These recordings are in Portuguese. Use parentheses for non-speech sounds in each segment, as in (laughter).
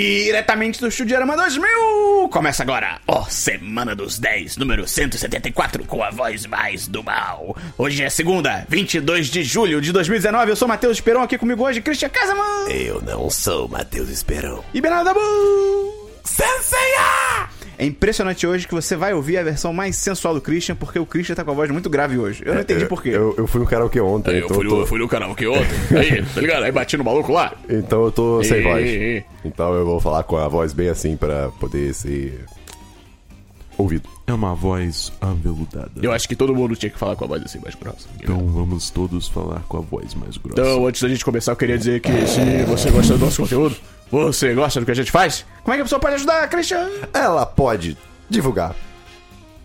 diretamente do Chudiarama 2000! Começa agora, ó, Semana dos 10, número 174, com a voz mais do mal. Hoje é segunda, 22 de julho de 2019, eu sou Matheus Esperon, aqui comigo hoje, Christian Casaman Eu não sou Matheus Esperão. e Bernardo Dabu! Senseiya! É impressionante hoje que você vai ouvir a versão mais sensual do Christian, porque o Christian tá com a voz muito grave hoje. É, Eu não entendi por quê. Eu, eu fui no karaokê ontem, Aí Tá, É, eu então, fui, eu no, tô, fui no karaokê ontem. Aí, tá ligado? Aí bati no maluco lá. então eu tô sem Ei, voz. ei, ei. Então eu vou falar com a voz bem assim pra poder ser ouvido. É uma voz aveludada. Eu acho que todo mundo tinha que falar com a voz assim mais grossa. Então vamos todos falar com a voz mais grossa. Então, antes da gente começar, eu queria dizer que se você gosta do nosso conteúdo, você gosta do que a gente faz, Como é que a pessoa pode ajudar, Christian? Ela pode divulgar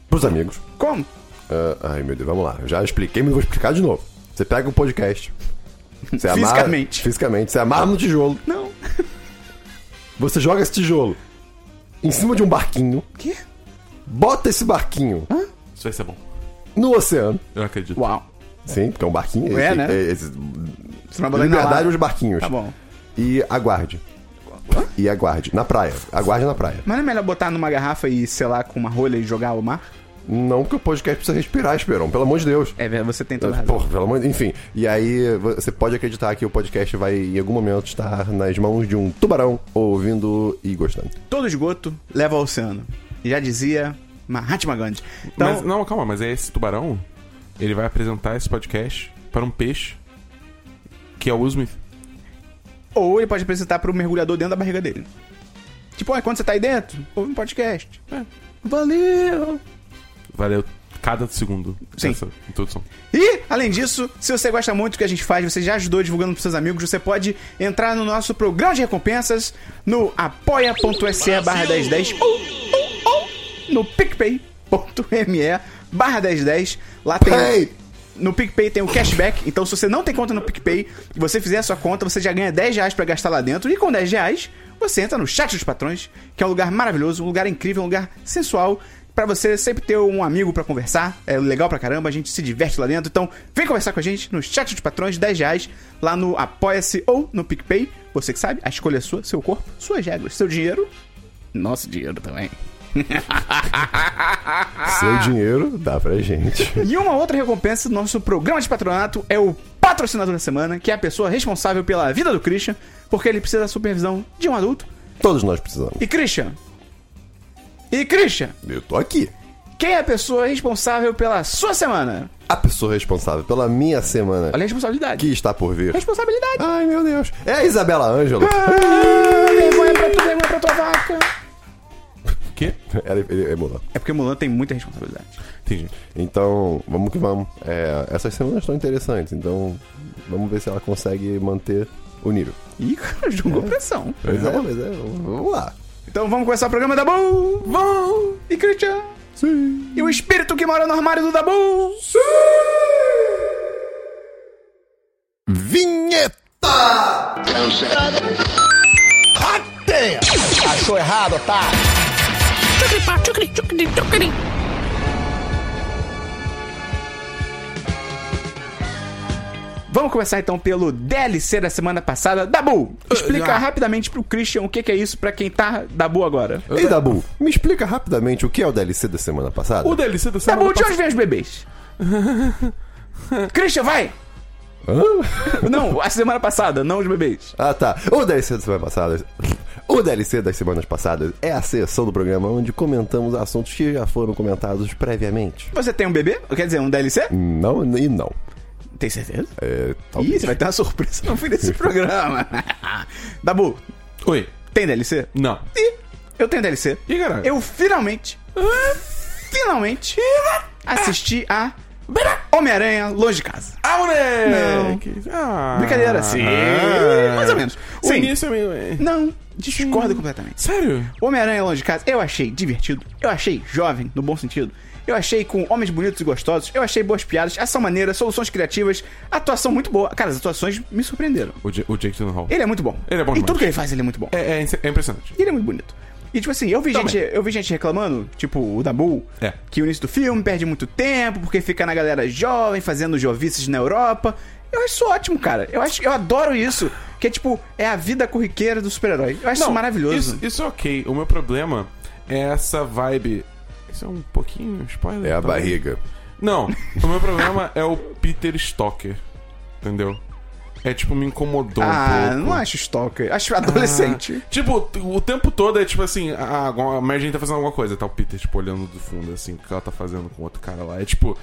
pros amigos. Como? Ah, ai meu Deus, vamos lá. Eu já expliquei, mas vou explicar de novo. Você pega o podcast. Você amarra- Fisicamente. fisicamente. Você amarra no tijolo. Não. Você joga esse tijolo em cima de um barquinho. Quê? Bota esse barquinho Isso vai ser bom. no oceano. Eu acredito. Uau. Sim, porque é um barquinho. É, esse- né? esse- Você não vai botar liberdade inhalar. os barquinhos. Tá bom. E aguarde. E aguarde. Na praia. Aguarde na praia. Mas não é melhor botar numa garrafa e selar com uma rolha e jogar ao mar? Não que o podcast precisa respirar, Esperão. Pelo amor de Deus. É, velho, você tem toda a razão. Porra, pelo amor de... Enfim. E aí você pode acreditar que o podcast vai, em algum momento, estar nas mãos de um tubarão ouvindo e gostando. Todo esgoto leva ao oceano. Já dizia Mahatma Gandhi. Então, Mas, não, calma, mas é esse tubarão? Ele vai apresentar esse podcast para um peixe que é o Will Smith. ou ele pode apresentar pro mergulhador dentro da barriga dele. Tipo, "Ué, quando você tá aí dentro, ouve um podcast. É. Valeu! Valeu cada segundo Sim. dessa introdução. E, além disso, se você gosta muito do que a gente faz, você já ajudou divulgando pros seus amigos, você pode entrar no nosso programa de recompensas no apoia.se barra 1010 ou, ou, ou no picpay.me barra 1010. Lá tem... Pay! No PicPay tem o cashback, então se você não tem conta no PicPay e você fizer a sua conta, você já ganha 10 reais pra gastar lá dentro. E com 10 reais, você entra no chat dos patrões, que é um lugar maravilhoso, um lugar incrível, um lugar sensual, pra você sempre ter um amigo pra conversar. É legal pra caramba, a gente se diverte lá dentro. Então vem conversar com a gente no chat dos patrões, 10 reais, lá no Apoia-se ou no PicPay. Você que sabe, a escolha é sua, seu corpo, suas regras, seu dinheiro, nosso dinheiro também. Ah! Seu dinheiro dá pra (laughs) gente. E uma outra recompensa do nosso programa de patronato é o patrocinador da semana, que é a pessoa responsável pela vida do Christian, porque ele precisa da supervisão de um adulto. Todos nós precisamos. E Christian? E Christian, Eu tô aqui. quem é a pessoa responsável pela sua semana? A pessoa responsável pela minha semana Olha a responsabilidade. que está por vir. Responsabilidade. Ai, meu Deus. É a Isabela Ângelo. Ah, vergonha pra tu, vergonha pra tua vaca. O quê? (laughs) Ela ele, ele mudou. É porque Mulan tem muita responsabilidade. Entendi. Então, vamos que vamos. É, essas semanas estão interessantes, então vamos ver se ela consegue manter o nível. Ih, cara, jogou pressão. Pois é, pois é, vamos vamos lá. Então vamos começar o programa, Dabu! Vamos! E Christian? Sim! E o espírito que mora no armário do Dabu? Vinheta! Vamos começar então pelo DLC da semana passada. Dabu, explica ah. rapidamente pro Christian o que que é isso pra quem tá Dabu agora. Ei, Dabu, me explica rapidamente o que é o DLC da semana passada? O DLC da semana Dabu, de onde passada. vem os bebês? Christian, vai! (laughs) Não, a semana passada, não os bebês. Ah, tá. O DLC da semana passada. O DLC das semanas passadas é a sessão do programa onde comentamos assuntos que já foram comentados previamente. Você tem um bebê? Quer dizer, um DLC? Não e não. Tem certeza? É, Ih, talvez. você vai ter uma surpresa no fim desse programa. (laughs) Dabu, Oi. tem DLC? Não. Ih, eu tenho DLC. Ih, caralho. Eu finalmente, finalmente, assisti a Homem-Aranha Longe de Casa. Ah, moleque! Ah. Brincadeira, sim. Ah. Mais ou menos. O Sim. início é meio... Não, discordo completamente. Sério? Homem-Aranha Longe de Casa, eu achei divertido. Eu achei jovem, no bom sentido. Eu achei com homens bonitos e gostosos. Eu achei boas piadas, ação maneira, soluções criativas. Atuação muito boa. Cara, as atuações me surpreenderam. O, Ja- o Jake Gyllenhaal. Ele é muito bom. Ele é bom Em tudo demais. que ele faz, ele é muito bom. É, é, é impressionante. E ele é muito bonito. E tipo assim, eu vi, gente, eu vi gente reclamando, tipo o Dabu, É. que o início do filme perde muito tempo, porque fica na galera jovem, fazendo jovices na Europa. Eu acho isso ótimo, cara. Eu acho, eu adoro isso. Que é tipo, é a vida corriqueira do super-herói. Eu acho isso maravilhoso. Isso, isso é ok. O meu problema é essa vibe. Isso é um pouquinho spoiler. É a talvez. barriga. Não, o meu problema é o Peter Stalker. Entendeu? É tipo, me incomodou um ah, pouco. não acho stalker. Acho adolescente. Tipo, o tempo todo é tipo assim, a, a Margin tá fazendo alguma coisa, tá o Peter, tipo, olhando do fundo, assim, o que ela tá fazendo com outro cara lá. É tipo,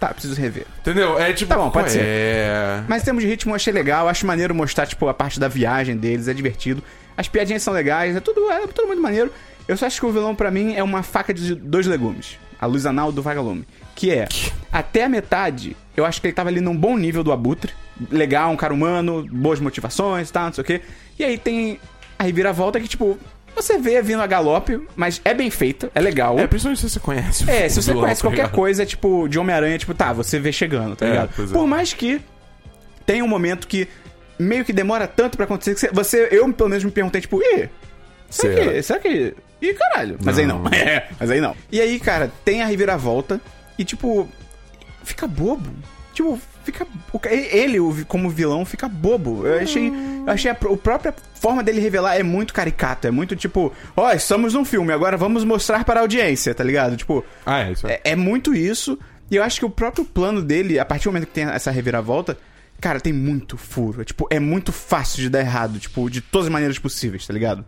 Tá, preciso rever. entendeu? É tipo, Tá bom, pode ué, ser. É. Mas em termos de ritmo, eu achei legal. Acho maneiro mostrar, tipo, a parte da viagem deles. É divertido. As piadinhas são legais. É tudo, é tudo muito maneiro. Eu só acho que o vilão, pra mim, é uma faca de dois legumes. A luz anal do vagalume. Que é, até a metade, eu acho que ele tava ali num bom nível do Abutre. Legal, um cara humano, boas motivações, tá, não sei o quê. E aí tem a reviravolta que, tipo, você vê vindo a galope, mas é bem feita, é legal. É, principalmente se você conhece o É, se você vilão, conhece tá qualquer ligado? coisa, tipo, de Homem-Aranha, tipo, tá, você vê chegando, tá É, pois ligado? é. Por mais que tenha um momento que meio que demora tanto pra acontecer que você- você, eu pelo menos me perguntei, tipo, ih, será Será? que, será que, ih, caralho. Mas aí não, Não. (laughs) é, mas aí não. E aí, cara, tem a reviravolta e, tipo, fica bobo. Tipo, fica. o ca- Ele, o vi- como vilão, fica bobo. Eu achei. Hum. Eu achei a, pr- a própria forma dele revelar é muito caricato. É muito tipo, ó, estamos num filme, agora vamos mostrar para a audiência, tá ligado? Tipo, Ah, é, isso é. é, é muito isso. E eu acho que o próprio plano dele, a partir do momento que tem essa reviravolta, cara, tem muito furo. É, tipo, é muito fácil de dar errado, tipo, de todas as maneiras possíveis, tá ligado?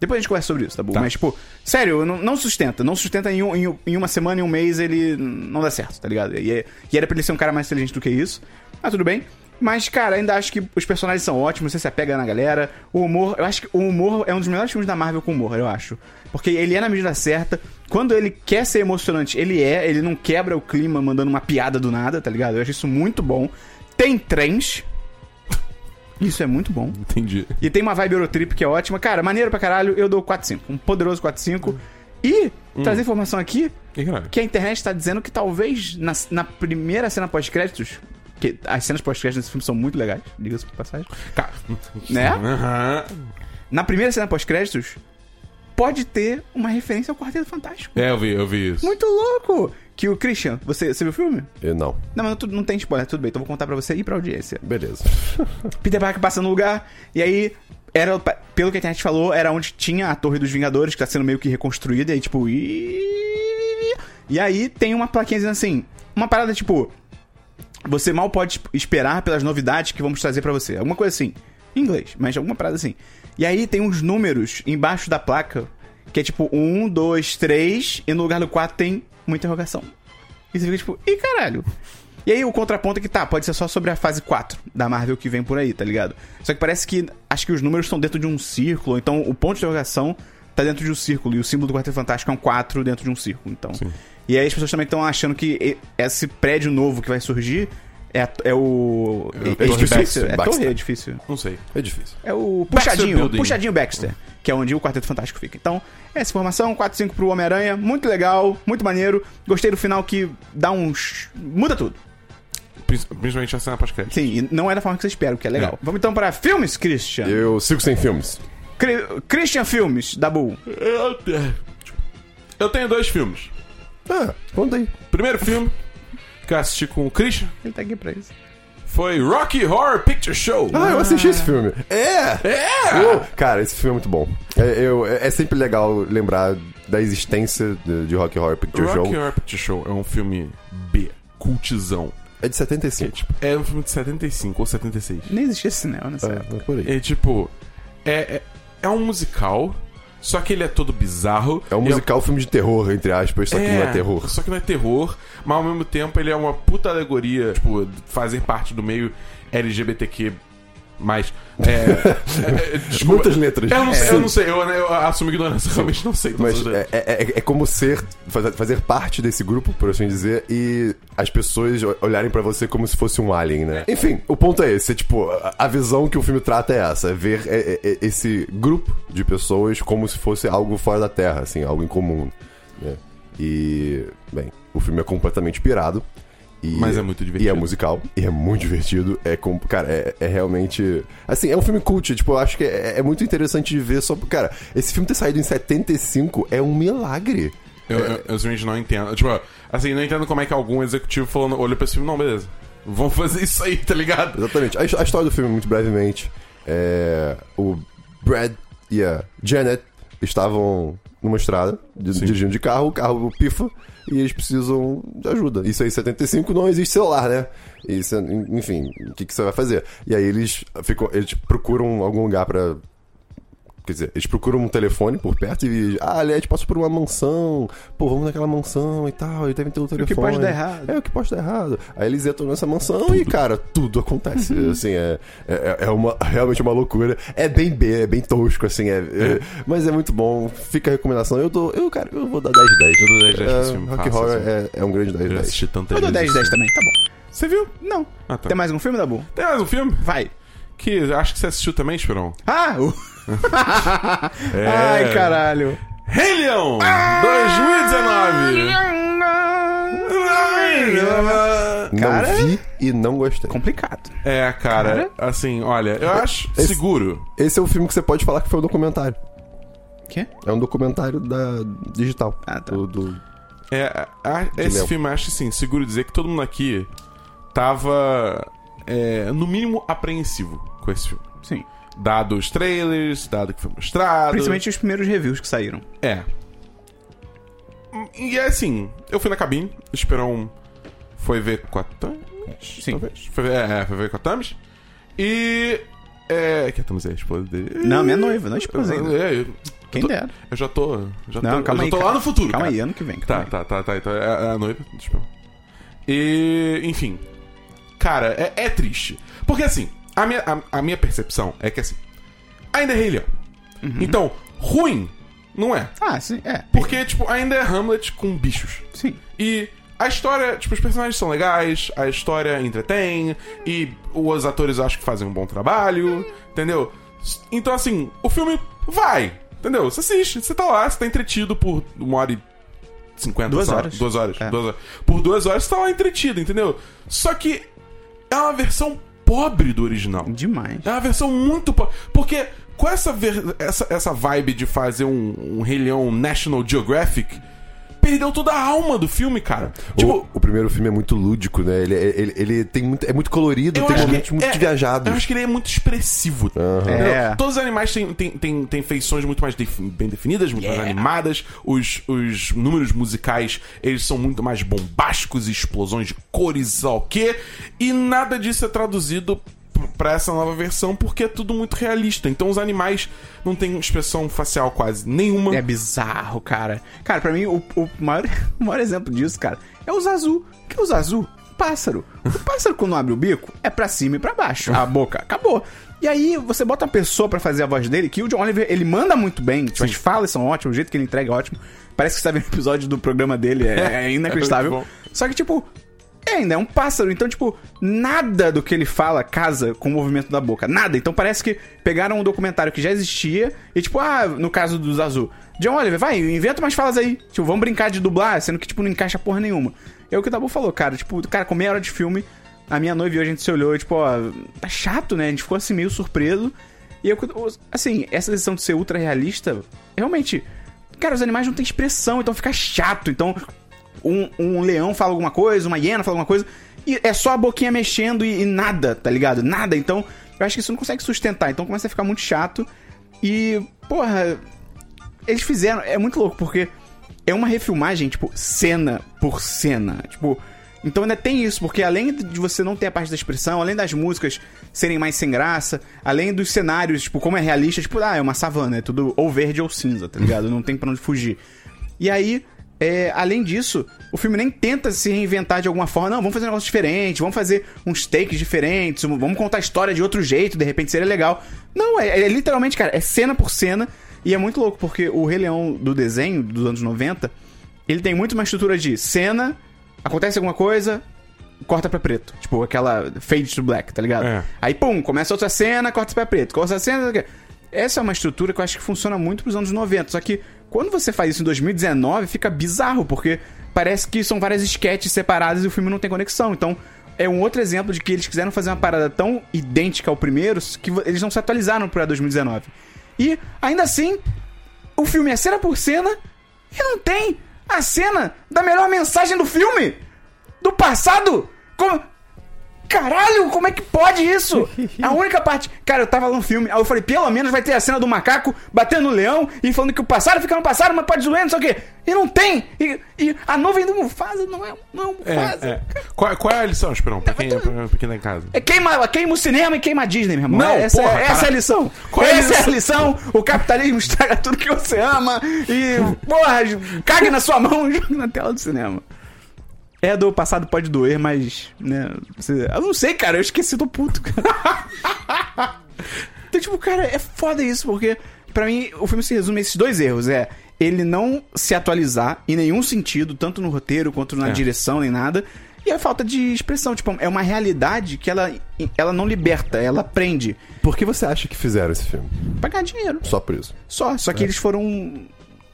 Depois a gente conversa sobre isso, tá bom? Mas, tipo, sério, não, não sustenta. Não sustenta em, um- em um- em uma semana, em um mês, ele não dá certo, tá ligado? E, é- e era pra ele ser um cara mais inteligente do que isso. Mas Ah, tudo bem. Mas, cara, ainda acho que os personagens são ótimos, você se apega na galera. O humor, eu acho que o humor é um dos melhores filmes da Marvel com humor, eu acho. Porque ele é na medida certa. Quando ele quer ser emocionante, ele é. Ele não quebra o clima mandando uma piada do nada, tá ligado? Eu acho isso muito bom. Tem trens. (laughs) Isso é muito bom. Entendi. E tem uma vibe Eurotrip que é ótima. Cara, maneiro pra caralho. Eu dou 4-5. Um poderoso 4-5. E, trazer informação aqui, Que é? grave. que a internet tá dizendo que talvez na, na primeira cena pós-créditos, que as cenas pós-créditos desse filme são muito legais, diga-se por passagem. Tá. Né? Aham. Na primeira cena pós-créditos, pode ter uma referência ao Quarteto Fantástico. É, eu vi, eu vi isso. Muito louco! Que o Christian, você, você viu o filme? Eu não. Não, mas tu- não tem spoiler, tudo bem, então eu vou contar pra você e pra audiência. Beleza. Peter Parker passa no lugar, e aí, era, pelo que a internet falou, era onde tinha a Torre dos Vingadores, que tá sendo meio que reconstruída, e aí, tipo. "Ih". E aí tem uma plaquinha dizendo assim: uma parada tipo. Você mal pode esperar pelas novidades que vamos trazer pra você. Alguma coisa assim. Em inglês, mas alguma parada assim. E aí tem uns números embaixo da placa, que é tipo 1, 2, 3, e no lugar do 4 tem uma interrogação. E você fica tipo, ih caralho. E aí o contraponto é que tá, pode ser só sobre a fase 4 da Marvel que vem por aí, tá ligado? Só que parece que acho que os números estão dentro de um círculo, então o ponto de interrogação tá dentro de um círculo, e o símbolo do Quarteto Fantástico é um 4 dentro de um círculo, então. E aí as pessoas também estão achando que e- esse prédio novo que vai surgir é, a- é o. É, É o Torre difícil. Baxter. É torre, Baxter. é difícil. Não sei. É difícil. É o Puxadinho, Building. Puxadinho Baxter, que é onde o Quarteto Fantástico fica. Então, essa informação, 4-5 pro Homem-Aranha, muito legal, muito maneiro. Gostei do final que dá uns. muda tudo. Prin- Principalmente a cena pós-crédito. Sim, e não é da forma que você espera, o que é legal. É. Vamos então para filmes, Christian. Eu sigo sem filmes. Cri- Christian Filmes, da Bull. Eu eu tenho dois filmes. Ah, conta aí. Primeiro filme que eu assisti com o Christian Ele tá aqui pra isso. foi Rocky Horror Picture Show. Ah, eu assisti esse filme. É! É! Eu- cara, esse filme é muito bom. É, eu- é- é sempre legal lembrar da existência de, de Rock Horror Picture Rocky Show. Horror Picture Show é um filme B, cultizão. É de 75. É um filme de 75 ou 76. Nem existia esse cinema né, nessa época. É, é por aí. É tipo, é, é, é um musical, só que ele é todo bizarro. É um E musical filme de terror, entre aspas, só que não é terror. Só que não é terror, mas ao mesmo tempo ele é uma puta alegoria, tipo, fazer parte do meio LGBTQ. Mas. É, (laughs) é, é, desculpa. Muitas letras. Eu não sei, É. eu não sei, eu, eu assumo ignorância, (laughs) eu realmente não sei. todas Mas as é, letras. é- é- é como ser, faz- fazer parte desse grupo, por assim dizer, e as pessoas o- olharem pra você como se fosse um alien, né? Enfim, o ponto é esse, é, tipo, a- a visão que o filme trata é essa, é ver é- é- é esse grupo de pessoas como se fosse algo fora da Terra, assim, algo incomum, né? E, bem, o filme é completamente pirado. E, Mas é muito divertido. E é musical, e é muito divertido. É com, cara, é, é realmente. Assim, é um filme cult, tipo, eu acho que é, é muito interessante de ver só. Cara, esse filme ter saído em 75 é um milagre. é. é Eu, eu, eu simplesmente não entendo. Tipo, assim, não entendo como é que algum executivo falando, olhou pra esse filme, não, beleza. Vamos fazer isso aí, tá ligado? (laughs) Exatamente. A, his- a história do filme, muito brevemente, é. O Brad e a Janet estavam numa estrada, de- dirigindo de carro, o carro pifa, e eles precisam de ajuda. Isso aí, em 75, não existe celular, né? Isso, é- enfim, o que, que você vai fazer? E aí eles, ficam, eles procuram algum lugar pra Quer dizer, eles procuram um telefone por perto e. Ah, aliás, passou por uma mansão. Pô, vamos naquela mansão e tal. Eles devem ter um telefone. pode dar errado. É, o que pode dar errado. Aí eles entram nessa mansão e, cara, tudo acontece. assim, é, é, é uma, realmente uma loucura. É bem B, é bem tosco, assim. É, é- mas é muito bom. Fica a recomendação. Eu dou. Eu, cara, eu vou dar 10 de 10. Eu dou 10 de 10 pra esse É, filme, Rock fácil, Horror assim. é, é um grande 10 de Eu 10. assisti tanta Eu dou 10 10 vezes. também, tá bom. Você viu? Não. Ah, tá. Tem mais um filme, Dabu? Tem mais um filme? Vai. Que acho que você assistiu também, Esperão. Ah! (laughs) o- É. Ai, caralho. Rei Leão! 2019! Cara- Não vi e não gostei. Complicado. É, cara, assim, olha, eu acho Esse- seguro. Esse é o filme que você pode falar que foi um documentário. Quê? É um documentário da digital. Ah, tá. Do- do, É, a- a- esse Léo. filme, acho assim, seguro dizer que todo mundo aqui tava, é, no mínimo, apreensivo com esse filme. Sim. Dado os trailers, dado o que foi mostrado. Principalmente os primeiros reviews que saíram. É. E é assim, eu fui na cabine, o Esperão foi ver com a Tamis. Sim. Talvez. Foi ver, é, foi ver com a Tamis. E. É. Que a Tamis é a esposa dele. Não, minha noiva, não é esposa Eu- ainda. é, eu- Quem eu tô- dera. Eu já tô. Já Não, tô, calma eu aí. já tô lá cara. no futuro. Calma cara. aí, ano que vem. Tá, calma tá, tá, tá. Então é a, é a noiva. Deixa eu ver. E. Enfim. Cara, é, é triste. Porque assim, a minha, a, a minha percepção é que assim. Ainda é Rei Leão. Uhum. Então, ruim não é. aí. Ah, sim, é. Porque, tipo, ainda é Hamlet com bichos. Sim. E a história, tipo, os personagens são legais, a história entretém, e os atores acho que fazem um bom trabalho, entendeu? S- Então, assim, o filme vai, entendeu? Você assiste, você tá lá, você tá entretido por uma hora e. 50 Duas sei lá, horas. Duas horas, É. duas horas. Por duas horas você tá lá entretido, entendeu? Só que é uma versão pobre do original. Demais. É uma versão muito. po- Porque com essa, ver- essa, essa vibe de fazer um, um Rei Leão National Geographic, perdeu toda a alma do filme, cara. o, Tipo. o primeiro filme é muito lúdico, né? Ele, ele, ele tem muito, é muito colorido, Eu tem acho, momentos que, muito é- viajados. eu acho que ele é muito expressivo. entendeu? É. Todos os animais têm, têm, têm, têm feições muito mais defi- bem definidas, muito mais animadas. Os, os números musicais, eles são muito mais bombásticos, explosões de cores, sei lá o quê. E nada disso é traduzido pr- pra essa nova versão, porque é tudo muito realista. Então os animais não têm expressão facial quase nenhuma. É bizarro, cara. Cara, pra mim, o, o maior, (laughs) o maior exemplo disso, cara, é o Zazu. que é o Zazu? Pássaro. O pássaro, quando abre o bico, é pra cima e pra baixo. A boca. Acabou. E aí, você bota uma pessoa pra fazer a voz dele, que o John Oliver, ele manda muito bem. Tipo, as falas são ótimas, o jeito que ele entrega é ótimo. Parece que você tá vendo o episódio do programa dele, é, é (laughs) É inacreditável. muito Só que, tipo, é ainda é um pássaro. Então, tipo, nada do que ele fala casa com o movimento da boca. Nada. Então parece que pegaram um documentário que já existia e, tipo, ah, no caso dos Azul. John Oliver, vai, inventa umas falas aí. Tipo, vamos brincar de dublar, sendo que, tipo, não encaixa porra nenhuma. É o que o Dabu falou, cara. Tipo, cara, com meia hora de filme, a minha noiva e eu, a gente se olhou e, tipo, ó, tá chato, né? A gente ficou assim meio surpreso. E eu, assim, essa decisão de ser ultra realista, realmente, cara, os animais não têm expressão, então fica chato. Então, um, um leão fala alguma coisa, uma hiena fala alguma coisa, e é só a boquinha mexendo e, e nada, tá ligado? Nada. Então, eu acho que isso não consegue sustentar. Então começa a ficar muito chato. E, porra, eles fizeram. É muito louco, porque é uma refilmagem, tipo, cena por cena. Tipo. Então ainda tem isso, porque além de você não ter a parte da expressão, além das músicas serem mais sem graça, além dos cenários, tipo, como é realista, tipo, ah, é uma savana, é tudo ou verde ou cinza, tá ligado? Não tem pra onde fugir. E aí, é, além disso, o filme nem tenta se reinventar de alguma forma. Não, vamos fazer um negócio diferente, vamos fazer uns takes diferentes, um- vamos contar a história de outro jeito, de repente seria legal. Não, é, é literalmente, cara, é cena por cena. E é muito louco, porque o Rei Leão do desenho dos anos 90, ele tem muito uma estrutura de cena, acontece alguma coisa, corta pra preto. Tipo, aquela fade to black, tá ligado? É. Aí, pum, começa outra cena, corta pra preto. Começa a cena. Essa é uma estrutura que eu acho que funciona muito pros anos 90. Só que quando você faz isso em 2019, fica bizarro, porque parece que são várias sketches separadas e o filme não tem conexão. Então, é um outro exemplo de que eles quiseram fazer uma parada tão idêntica ao primeiro que vo- eles não se atualizaram pra 2019. E, ainda assim, o filme é cena por cena e não tem a cena da melhor mensagem do filme! Do passado! Como. caralho, como é que pode isso? (laughs) A única parte. Cara, eu tava lá no filme, aí eu falei, pelo menos vai ter a cena do macaco batendo no leão e falando que o passado fica no passado, mas pode zoando, não sei o quê. E não tem! E, e a nuvem do Mufasa não é, não é um É, Mufasa. é. Qual, qual é a lição, Esperão? Pra quem, pra, pra quem tá em casa. É queima, queima o cinema e queima a Disney, meu irmão. Não, essa, porra, é, essa é a cara. lição. Qual é a essa é a lição. O capitalismo estraga tudo que você ama e, porra, caga na sua mão e joga na tela do cinema. É do passado pode doer, mas, né, você- eu não sei, cara, eu esqueci do puto, (laughs) cara. Então, tipo, cara, é foda isso, porque pra mim o filme se resume a esses dois erros. É ele não se atualizar em nenhum sentido, tanto no roteiro quanto na É. direção, nem nada. E a falta de expressão, tipo, é uma realidade que ela, ela não liberta, ela prende. Por que você acha que fizeram esse filme? Pra ganhar dinheiro, Só por isso. só. Só que É. eles foram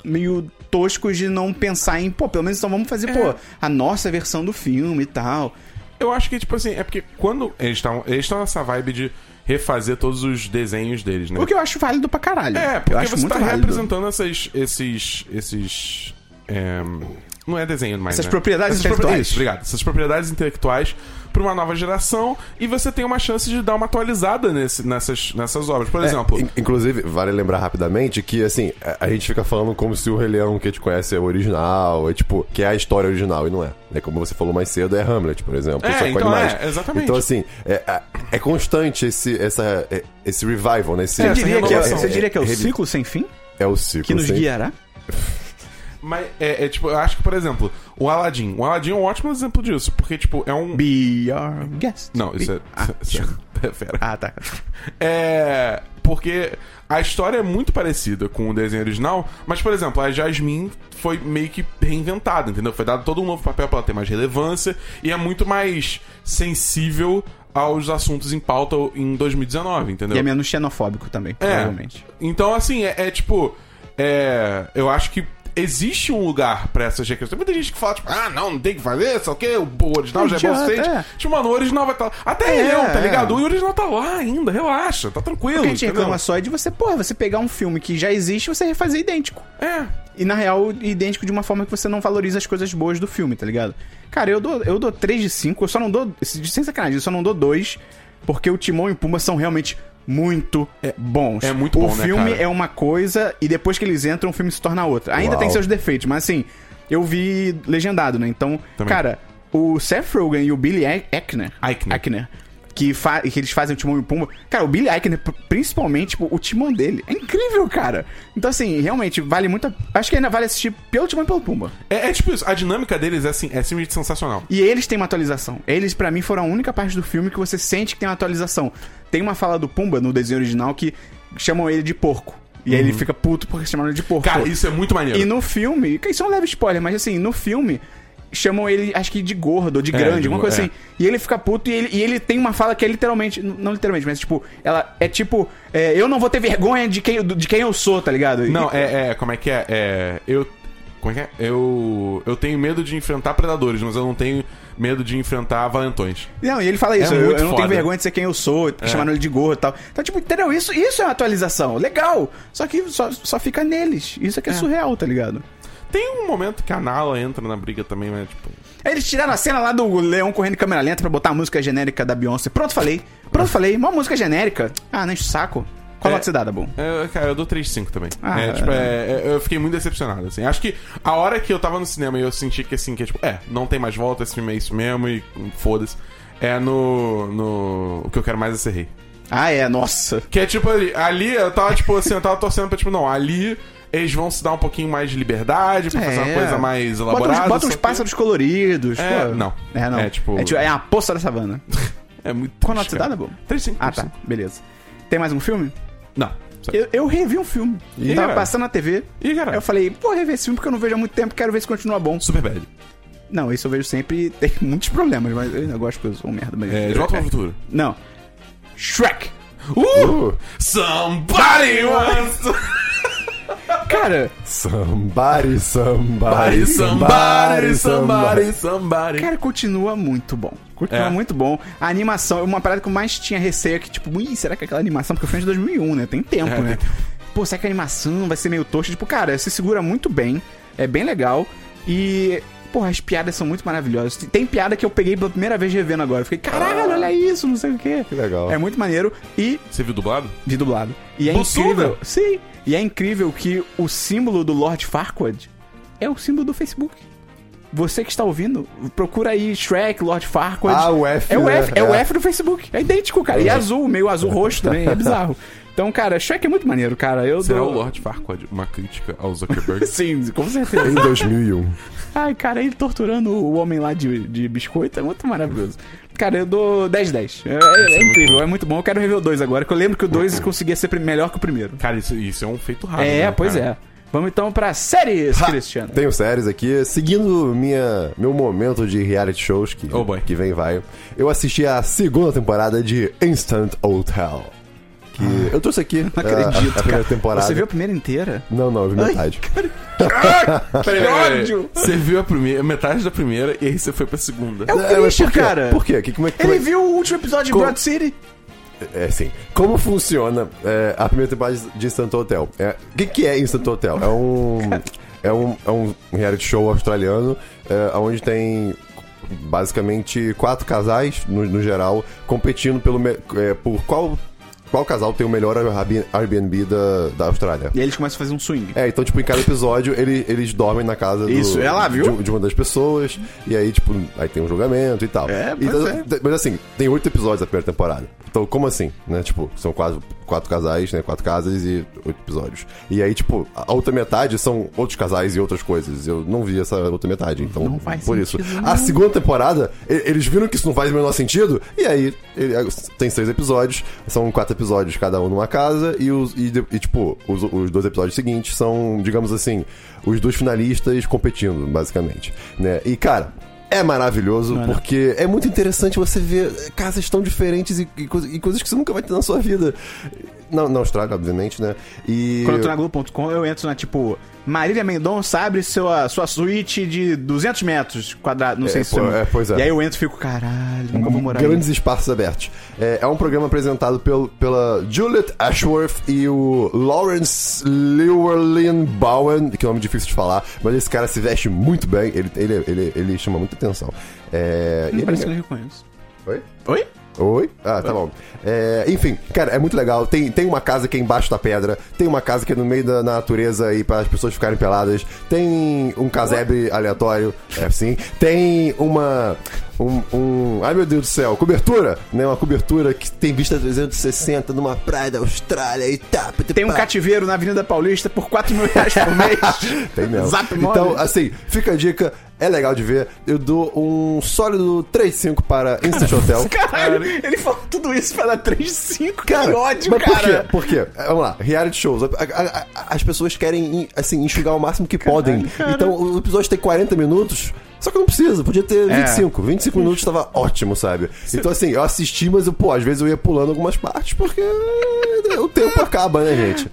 meio toscos de não pensar em, pô, pelo menos então vamos É. fazer, pô, a nossa versão do filme e tal. Eu acho que, tipo assim, é porque quando. Eles estão eles tão nessa vibe de refazer todos os desenhos deles, né? O que eu acho válido pra caralho. É, eu porque acho você tá válido. representando essas, esses. esses. é, não é desenho mais. Essas né? propriedades Essas propri- intelectuais. Isso, obrigado. Essas propriedades intelectuais pra uma nova geração e você tem uma chance de dar uma atualizada nesse- nessas, nessas obras. É, Por exemplo. É, In- Inclusive, vale lembrar rapidamente que, assim, a, a gente fica falando como se o Rei Leão que a gente conhece é o original, é tipo, que é a história original, e não é. é como você falou mais cedo, é Hamlet, por exemplo. É, só com então animais. é, exatamente. Então, assim, é, a- é constante esse, essa, é- esse revival, né? Esse, Você diria, que é, renovação. você diria que é o revi- ciclo sem fim É o ciclo, que nos sim. guiará? Mas é, é, tipo, eu acho que, por exemplo, o Aladdin. O Aladdin é um ótimo exemplo disso, porque, tipo, é um. Be your guest. Não, isso é. Ah, (laughs) Isso é, é fera. Ah, (laughs) tá. É. Porque a história é muito parecida com o desenho original, mas, por exemplo, a Jasmine foi meio que reinventada, entendeu? Foi dado todo um novo papel pra ela ter mais relevância e é muito mais sensível aos assuntos em pauta em 2019, entendeu? E é menos xenofóbico também, provavelmente. Então, assim, é, é tipo. É, eu acho que existe um lugar pra essas requisições. Tem muita gente que fala, tipo, ah, não, não tem que fazer, só que o original já é bom o Idiota, suficiente. é. Tipo, mano, o original vai estar lá. Até É, eu, é. tá ligado? O original tá lá ainda, relaxa, tá tranquilo. O que a gente entendeu? reclama só é de você, porra, você pegar um filme que já existe e você refazer idêntico. É. E na real, idêntico de uma forma que você não valoriza as coisas boas do filme, tá ligado? Cara, eu dou, eu dou 3 de 5, eu só não dou. Sem sacanagem, eu só não dou 2, porque o Timão e o Pumba são realmente muito bons. é muito o bom, né, filme cara? é uma coisa e depois que eles entram, o filme se torna outra. Ainda Uau. tem seus defeitos, mas assim, eu vi legendado, né? Então, Também. cara, o Seth Rogen e o Billy E- Eichner. Eichner. Que, fa- que eles fazem o Timão e o Pumba. Cara, o Billy Eichner, pr- principalmente, tipo, o timão dele. É incrível, cara. Então, assim, realmente, vale muito. a- Acho que ainda vale assistir pelo Timão e pelo Pumba. É, é tipo isso, a dinâmica deles é assim, é simplesmente sensacional. E eles têm uma atualização. Eles, pra mim, foram a única parte do filme que você sente que tem uma atualização. Tem uma fala do Pumba no desenho original que chamam ele de porco. E aí ele fica puto porque chamaram ele de porco. Uhum. Cara, isso é muito maneiro. E no filme, que isso é um leve spoiler, mas assim, no filme chamam ele, acho que de gordo ou de É, grande, de alguma go- coisa é. assim. E ele fica puto e ele, e ele tem uma fala que é literalmente, n- não literalmente, mas tipo, ela é tipo, é, eu não vou ter vergonha de quem, do- de quem eu sou, tá ligado? E- Não, é, é, como é que é? É, eu. Como é que é? Eu. Eu tenho medo de enfrentar predadores, mas eu não tenho medo de enfrentar valentões. Não, e ele fala isso, É eu, muito eu não tenho foda. É. vergonha de ser quem eu sou, chamaram ele de gordo e tal. Então, tipo, entendeu? Isso, isso é uma atualização, legal. Só que só, só fica neles. Isso é que é, surreal, tá ligado? Tem um momento que a Nala entra na briga também, mas tipo. Aí Eles tiraram a cena lá do leão correndo em câmera lenta pra botar a música genérica da Beyoncé. Pronto, falei. Pronto, falei. Uma música genérica. Ah, nem saco. Qual Ah. É. nota você dá, Dabu? É, cara, eu dou 3,5 também. Ah, é, tipo, é. é, é, eu fiquei muito decepcionado, assim. Acho que a hora que eu tava no cinema e eu senti que, assim, que, tipo, é, não tem mais volta, esse filme é isso mesmo e hum, foda-se. É no, no. O que eu quero mais é ser rei. Ah, é, nossa. Que é tipo ali, ali eu tava, tipo, assim, eu tava torcendo pra, tipo, não, ali eles vão se dar um pouquinho mais de liberdade pra fazer É. uma coisa mais Bota uns- elaborada. Bota uns só que pássaros coloridos. É, pô. não. É, não. É, tipo- É, é a poça da savana. É muito. Qual nota você dá, cara. Dabu? 3,5. Ah, tá. Beleza. Tem mais um filme? Não. Eu, eu revi um filme. Ih, tava cara. passando na TV. Ih, Aí cara. eu falei, vou rever esse filme porque eu não vejo há muito tempo, quero ver se continua bom. Super bad. Não, isso eu vejo sempre. (laughs) Tem muitos problemas, mas eu ainda gosto porque eu sou um merda. Mas... É, de volta pro futuro. Não. Shrek. Uh! Somebody wants to... Cara, Somebody, somebody, Somebody, somebody, somebody, somebody. cara, continua muito bom. Continua É. muito bom. A animação, uma parada que eu mais tinha receio é que, tipo, ui, será que aquela animação, porque o filme é de 2001, né? Tem tempo, É, né? Pô, será que a animação vai ser meio tosca? Tipo, cara, se segura muito bem. É bem legal. E Porra, as piadas são muito maravilhosas. Tem- Tem piada que eu peguei pela primeira vez revendo agora. Eu Fiquei, caralho, olha isso, não sei o quê. Que legal. É muito maneiro. E Você viu dublado? de dublado. E é Bussunda? incrível. Sim. E é incrível que o símbolo do Lord Farquaad é o símbolo do Facebook. Você que está ouvindo, procura aí Shrek, Lord Farquaad. Ah, o F, É o né? F, é o É. F do Facebook. É idêntico, cara. E azul, meio azul roxo também, é bizarro. Então, cara, Shrek é muito maneiro, cara. Eu Será dou- o Lord Farquaad uma crítica ao Zuckerberg? Sim, com certeza. (laughs) Em 2001. Ai, cara, ele torturando o homem lá de, de biscoito é muito maravilhoso. Cara, eu dou 10-10. É, é- é incrível, é muito bom. Eu quero rever o 2 agora, que eu lembro que o 2 conseguia ser prim- melhor que o primeiro. (laughs) Cara, isso, isso é um feito raro. É, né, pois cara? é. Vamos então pra séries, Cristiano. Tenho séries aqui. Seguindo minha, meu momento de reality shows, que, Oh, boy. que vem vai, eu assisti a segunda temporada de Instant Hotel. Que eu trouxe aqui Ah. Não a- acredito, a, cara. primeira temporada. Você viu a primeira inteira? Não, não, eu vi Ai, metade. Peraí, peraí, peraí. ódio! Você viu a primeira, metade da primeira e aí você foi pra segunda. É o É, mas Christian, por quê? cara. Por quê? Que, como é que Ele como é- viu o último episódio de Co- Broad City? É assim. Como funciona é, a primeira temporada de Instant Hotel? É, O que, que é Instant Hotel? É um. É um, é um reality show australiano é, onde tem basicamente quatro casais, no, no geral, competindo pelo me- é, por qual, qual casal tem o melhor Airbnb- Airbnb da, da Austrália. E aí eles começam a fazer um swing. É, então, tipo, em cada episódio ele- eles dormem na casa do- Isso, é lá, viu? De, de uma das pessoas. E aí, tipo, aí tem um julgamento e tal. É, E pois tá- é. tá- Mas assim, tem oito episódios da primeira temporada. Então, como assim? Né? Tipo, são quatro, quatro casais, né? Quatro casas e oito episódios. E aí, tipo, a outra metade são outros casais e outras coisas. Eu não vi essa outra metade, então. Não faz por isso. Ah, sentido A nenhum. segunda temporada, e- eles viram que isso não faz o menor sentido. E aí, ele- ah, tem seis episódios. São quatro episódios, cada um numa casa. E, os, e, de- e, tipo, os, os dois episódios seguintes são, digamos assim, os dois finalistas competindo, basicamente. Né? E, cara. É maravilhoso, porque é muito interessante você ver casas tão diferentes e, e coisa- e coisas que você nunca vai ter na sua vida. Na, na Austrália, obviamente, né? E. Quando eu tô na Globo.com, eu entro na tipo. Marília Mendonça abre sua, sua suíte de 200 metros quadrados, não sei se pô, chama. é, pois é. Hum, E aí eu entro e fico, caralho, nunca vou morar (laughs) Grandes espaços abertos. É, é um programa apresentado pelo, pela Juliet Ashworth e o Lawrence Llewellyn Bowen, que é um nome difícil de falar, mas esse cara se veste muito bem, ele, ele, ele, ele chama muita atenção. É, aí. e- Parece que eu não reconheço. Oi? Oi? Oi? Ah, tá bom. É, enfim, cara, é muito legal. Tem, tem uma casa que é embaixo da pedra, tem uma casa que é no meio da natureza aí para as pessoas ficarem peladas, tem um casebre aleatório, é assim, tem uma. Um, um- Ai meu Deus do céu, cobertura, né? Uma cobertura que tem vista 360 numa praia da Austrália e tá. Tem um (laughs) pá. cativeiro na Avenida Paulista por 4 mil reais por mês. Tem mesmo. Zap então, móvel. assim, fica a dica, é legal de ver. Eu dou um sólido 3.5 para Instant Hotel. Caralho, ele falou tudo isso pra dar 3 5. Cara, que ódio, mas cara. Por quê? Por quê? Vamos lá, reality shows. A- a- a- as pessoas querem, assim, enxugar o máximo que podem. Então, o episódio tem 40 minutos. Só que não precisa, podia ter É. 25. 25 minutos tava ótimo, sabe? Então, assim, eu assisti, mas, eu, pô, às vezes eu ia pulando algumas partes, porque o tempo acaba, né, gente?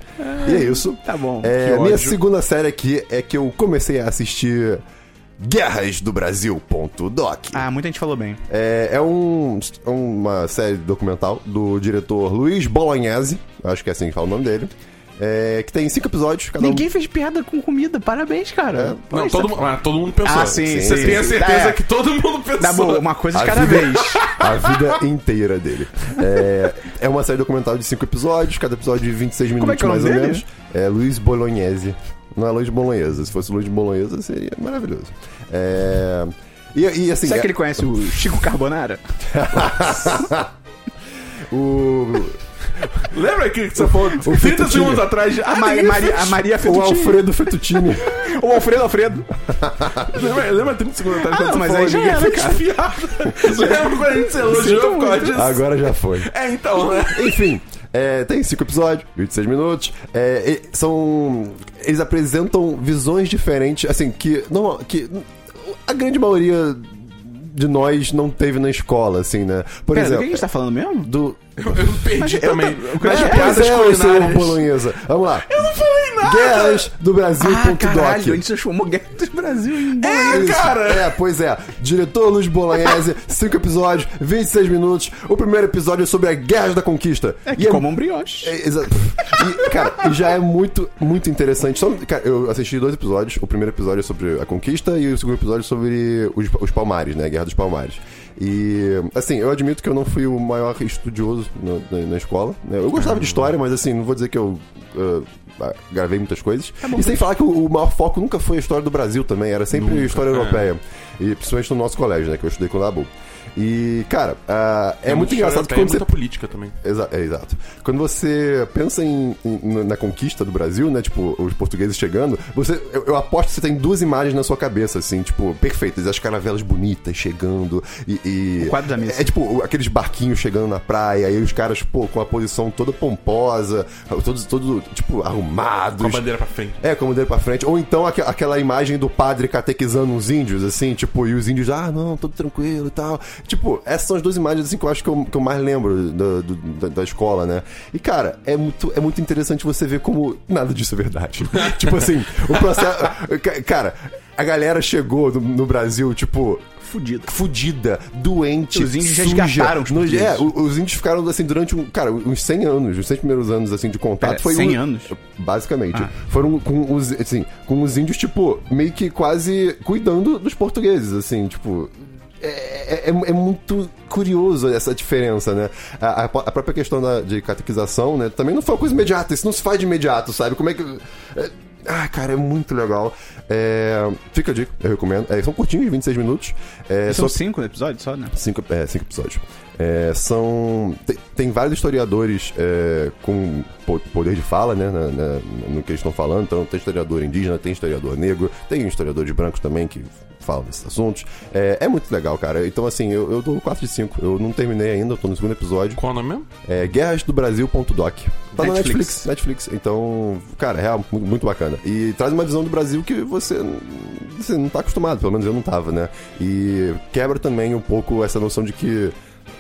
E é isso. Tá bom. É, Que ódio. minha segunda série aqui é que eu comecei a assistir Guerras do Brasil.doc. Ah, muita gente falou bem. É, é um, uma série documental do diretor Luiz Bolognese, acho que é assim que fala o nome dele, é, que tem cinco episódios, cada um Ninguém fez piada com comida, parabéns, cara. é Então- Não, Poxa, todo, mu- ah, todo mundo pensou. Ah, sim, Você sim, tem a sim. certeza É. que todo mundo pensou. Dá bom, uma coisa de A cada vida- vez. um. (laughs) A vida inteira dele. É, é uma série documental de cinco episódios, cada episódio de 26 minutos, é que é o mais nome ou dele? menos. É Luiz Bolognese. Não é Luiz Bolognese. Se fosse Luiz Bolognese, seria maravilhoso. É, e, e, assim. Será que é- ele conhece o Chico Carbonara? (laughs) o, Lembra aquilo que você falou 30 Fettuccine. segundos atrás? A, Ah, Ma- tem Maria, a Maria o Fettuccini. Alfredo Fettuccini. (laughs) O Alfredo Alfredo. (laughs) Lembra, lembra 30 segundos atrás? não, quando mas você aí já falou, era, ninguém fez piada. Lembra quando a gente se elogiou por causa disso? Agora já foi. É, então, né? (laughs) Enfim, é, tem cinco episódios, 26 minutos. é, e- são. Eles apresentam visões diferentes, assim, que. Não, que a grande maioria de nós não teve na escola, assim, né? Pera, do Por que a exemplo. gente tá falando mesmo? Do. Eu perdi também. eu tô- Mas tá mas Pois piadas é, eu sou culinárias. bolonhesa. Vamos lá. Eu não falei guerras do Ah, Brasil.doc. caralho, a gente transformou Guerra do Brasil em... É, cara! É, pois é. Diretor Luiz Bolognese, 5 episódios, 26 minutos. O primeiro episódio é sobre a Guerra da Conquista. É que como um brioche. É, exa- E, cara, e já é muito, muito interessante. Só- cara, eu assisti dois episódios. O primeiro episódio é sobre a conquista e o segundo episódio é sobre os, os palmares, né? A Guerra dos Palmares. E, assim, eu admito que eu não fui o maior estudioso na, na- na escola. né? Eu gostava de história, mas, assim, não vou dizer que eu ah, ah, gravei muitas coisas. e sem falar que o, o maior foco nunca foi a história do Brasil também, era sempre a história europeia. E principalmente no nosso colégio, né? Que eu estudei com o Dabu. E, cara, ah, é, muito engraçado que tem quando você muita política também. Exa- é, exato. Quando você pensa em, em- na- na conquista do Brasil, né? Tipo, os portugueses chegando, você, eu, eu aposto que você tem duas imagens na sua cabeça, assim, tipo, perfeitas. As caravelas bonitas chegando e... e- O quadro da mesa. É, tipo, o- aqueles barquinhos chegando na praia e os caras, pô, com a posição toda pomposa, todos, todos tipo, arrumados. Com a bandeira pra frente. É, como dele pra frente. Ou então aque- aquela imagem do padre catequizando uns índios, assim, tipo, e os índios, ah, não, tudo tranquilo e tal. Tipo, essas são as duas imagens, assim, que eu acho que eu, que eu mais lembro do- do- da, da escola, né? E, cara, é muito, é muito interessante você ver como nada disso é verdade. (laughs) tipo assim, o processo. ca- Cara, a galera chegou no, no Brasil, tipo. Fudido. Fudida, doente, Os índios tipo, suja, resgataram os noje- É, portugueses. o- os índios ficaram, assim, durante, um, cara, uns 100 anos, os 100 primeiros anos, assim, de contato. Pera, foi 100 um- É, anos? Basicamente. Foram com os, assim, com os índios, tipo, meio que quase cuidando dos portugueses, assim, tipo... É, é- é- é muito curioso essa diferença, né? A, a- a própria questão da- de catequização, né? Também não foi uma coisa imediata. Isso não se faz de imediato, sabe? Como é que... é- ah, cara, é muito legal. É, fica a dica, eu recomendo. É, são curtinhos, 26 minutos. É, São só- cinco episódios só, né? Cinco, é, cinco episódios. É, são. Tem, tem vários historiadores é, com po- poder de fala, né? na- na- no que eles estão falando. Então, tem historiador indígena, tem historiador negro, tem historiadores brancos também que falam desses assuntos. É, é muito legal, cara. Então, assim, eu, eu dou 4 de 5. Eu não terminei ainda, eu tô no segundo episódio. Qual é o nome mesmo? É guerrasdobrasil.doc. Tá na Netflix. Netflix. Netflix. Então, cara, é real, mu- muito bacana. E traz uma visão do Brasil que você, n- você não tá acostumado, pelo menos eu não tava, né? E quebra também um pouco essa noção de que.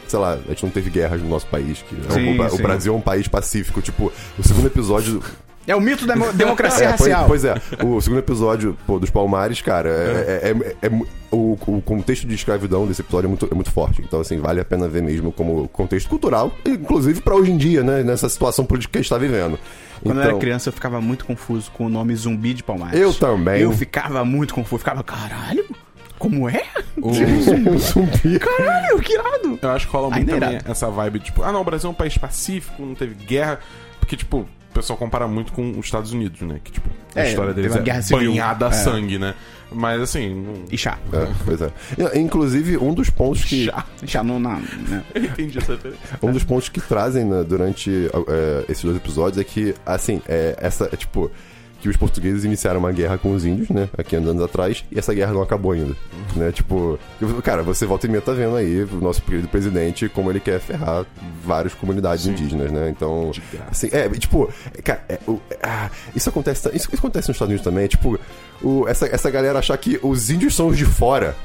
Sei lá, a gente não teve guerras no nosso país. Que é um- Sim, o, Bra- o sim. Brasil é um país pacífico. Tipo, o segundo episódio. É o mito da mo- democracia (laughs) É, pois, racial. pois é, o segundo episódio pô, dos Palmares, cara, é, é- é- é mu- o, o contexto de escravidão desse episódio é muito, é muito forte. Então, assim, vale a pena ver mesmo como contexto cultural, inclusive pra hoje em dia, né? Nessa situação política que a gente tá vivendo. Quando eu Então, era criança, eu ficava muito confuso com o nome zumbi de Palmares. Eu também. Eu ficava muito confuso. Eu ficava, caralho, como é? um (laughs) (laughs) zumbi. Caralho, que irado. Eu acho que rola muito Ainda é também irado. essa vibe, tipo, ah não, o Brasil é um país pacífico, não teve guerra. Porque, tipo, o pessoal compara muito com os Estados Unidos, né? Que, tipo, a É, história deles teve uma é guerra civil. banhada a É. sangue, né? Mas assim, não... E chá. É, pois é. E, Inclusive, um dos pontos que. chá. Chá não, não, né? Eu entendi essa referência. Um dos pontos que trazem né, durante é, esses dois episódios é que, assim, é, essa, é, tipo, que os portugueses iniciaram uma guerra com os índios, né, há 500 anos atrás, e essa guerra não acabou ainda, né, tipo, eu- cara, você volta e meia tá vendo aí o nosso querido presidente, como ele quer ferrar várias comunidades indígenas, né, então, assim, é, e, tipo, é, cara, é, o- é, ah, isso acontece, ta- isso acontece nos Estados Unidos também, é, tipo, o- essa, essa galera achar que os índios são os de fora,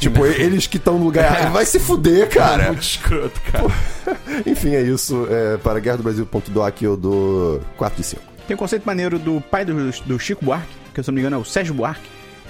Tipo, e- eles que estão no lugar errado. Vai se fuder, cara. Muito escroto, cara. (laughs) Enfim, é isso. É, para guerra do Brasil.doc eu dou 4 de 5. Tem um conceito maneiro do pai do, do Chico Buarque, que se eu não me engano é o Sérgio Buarque,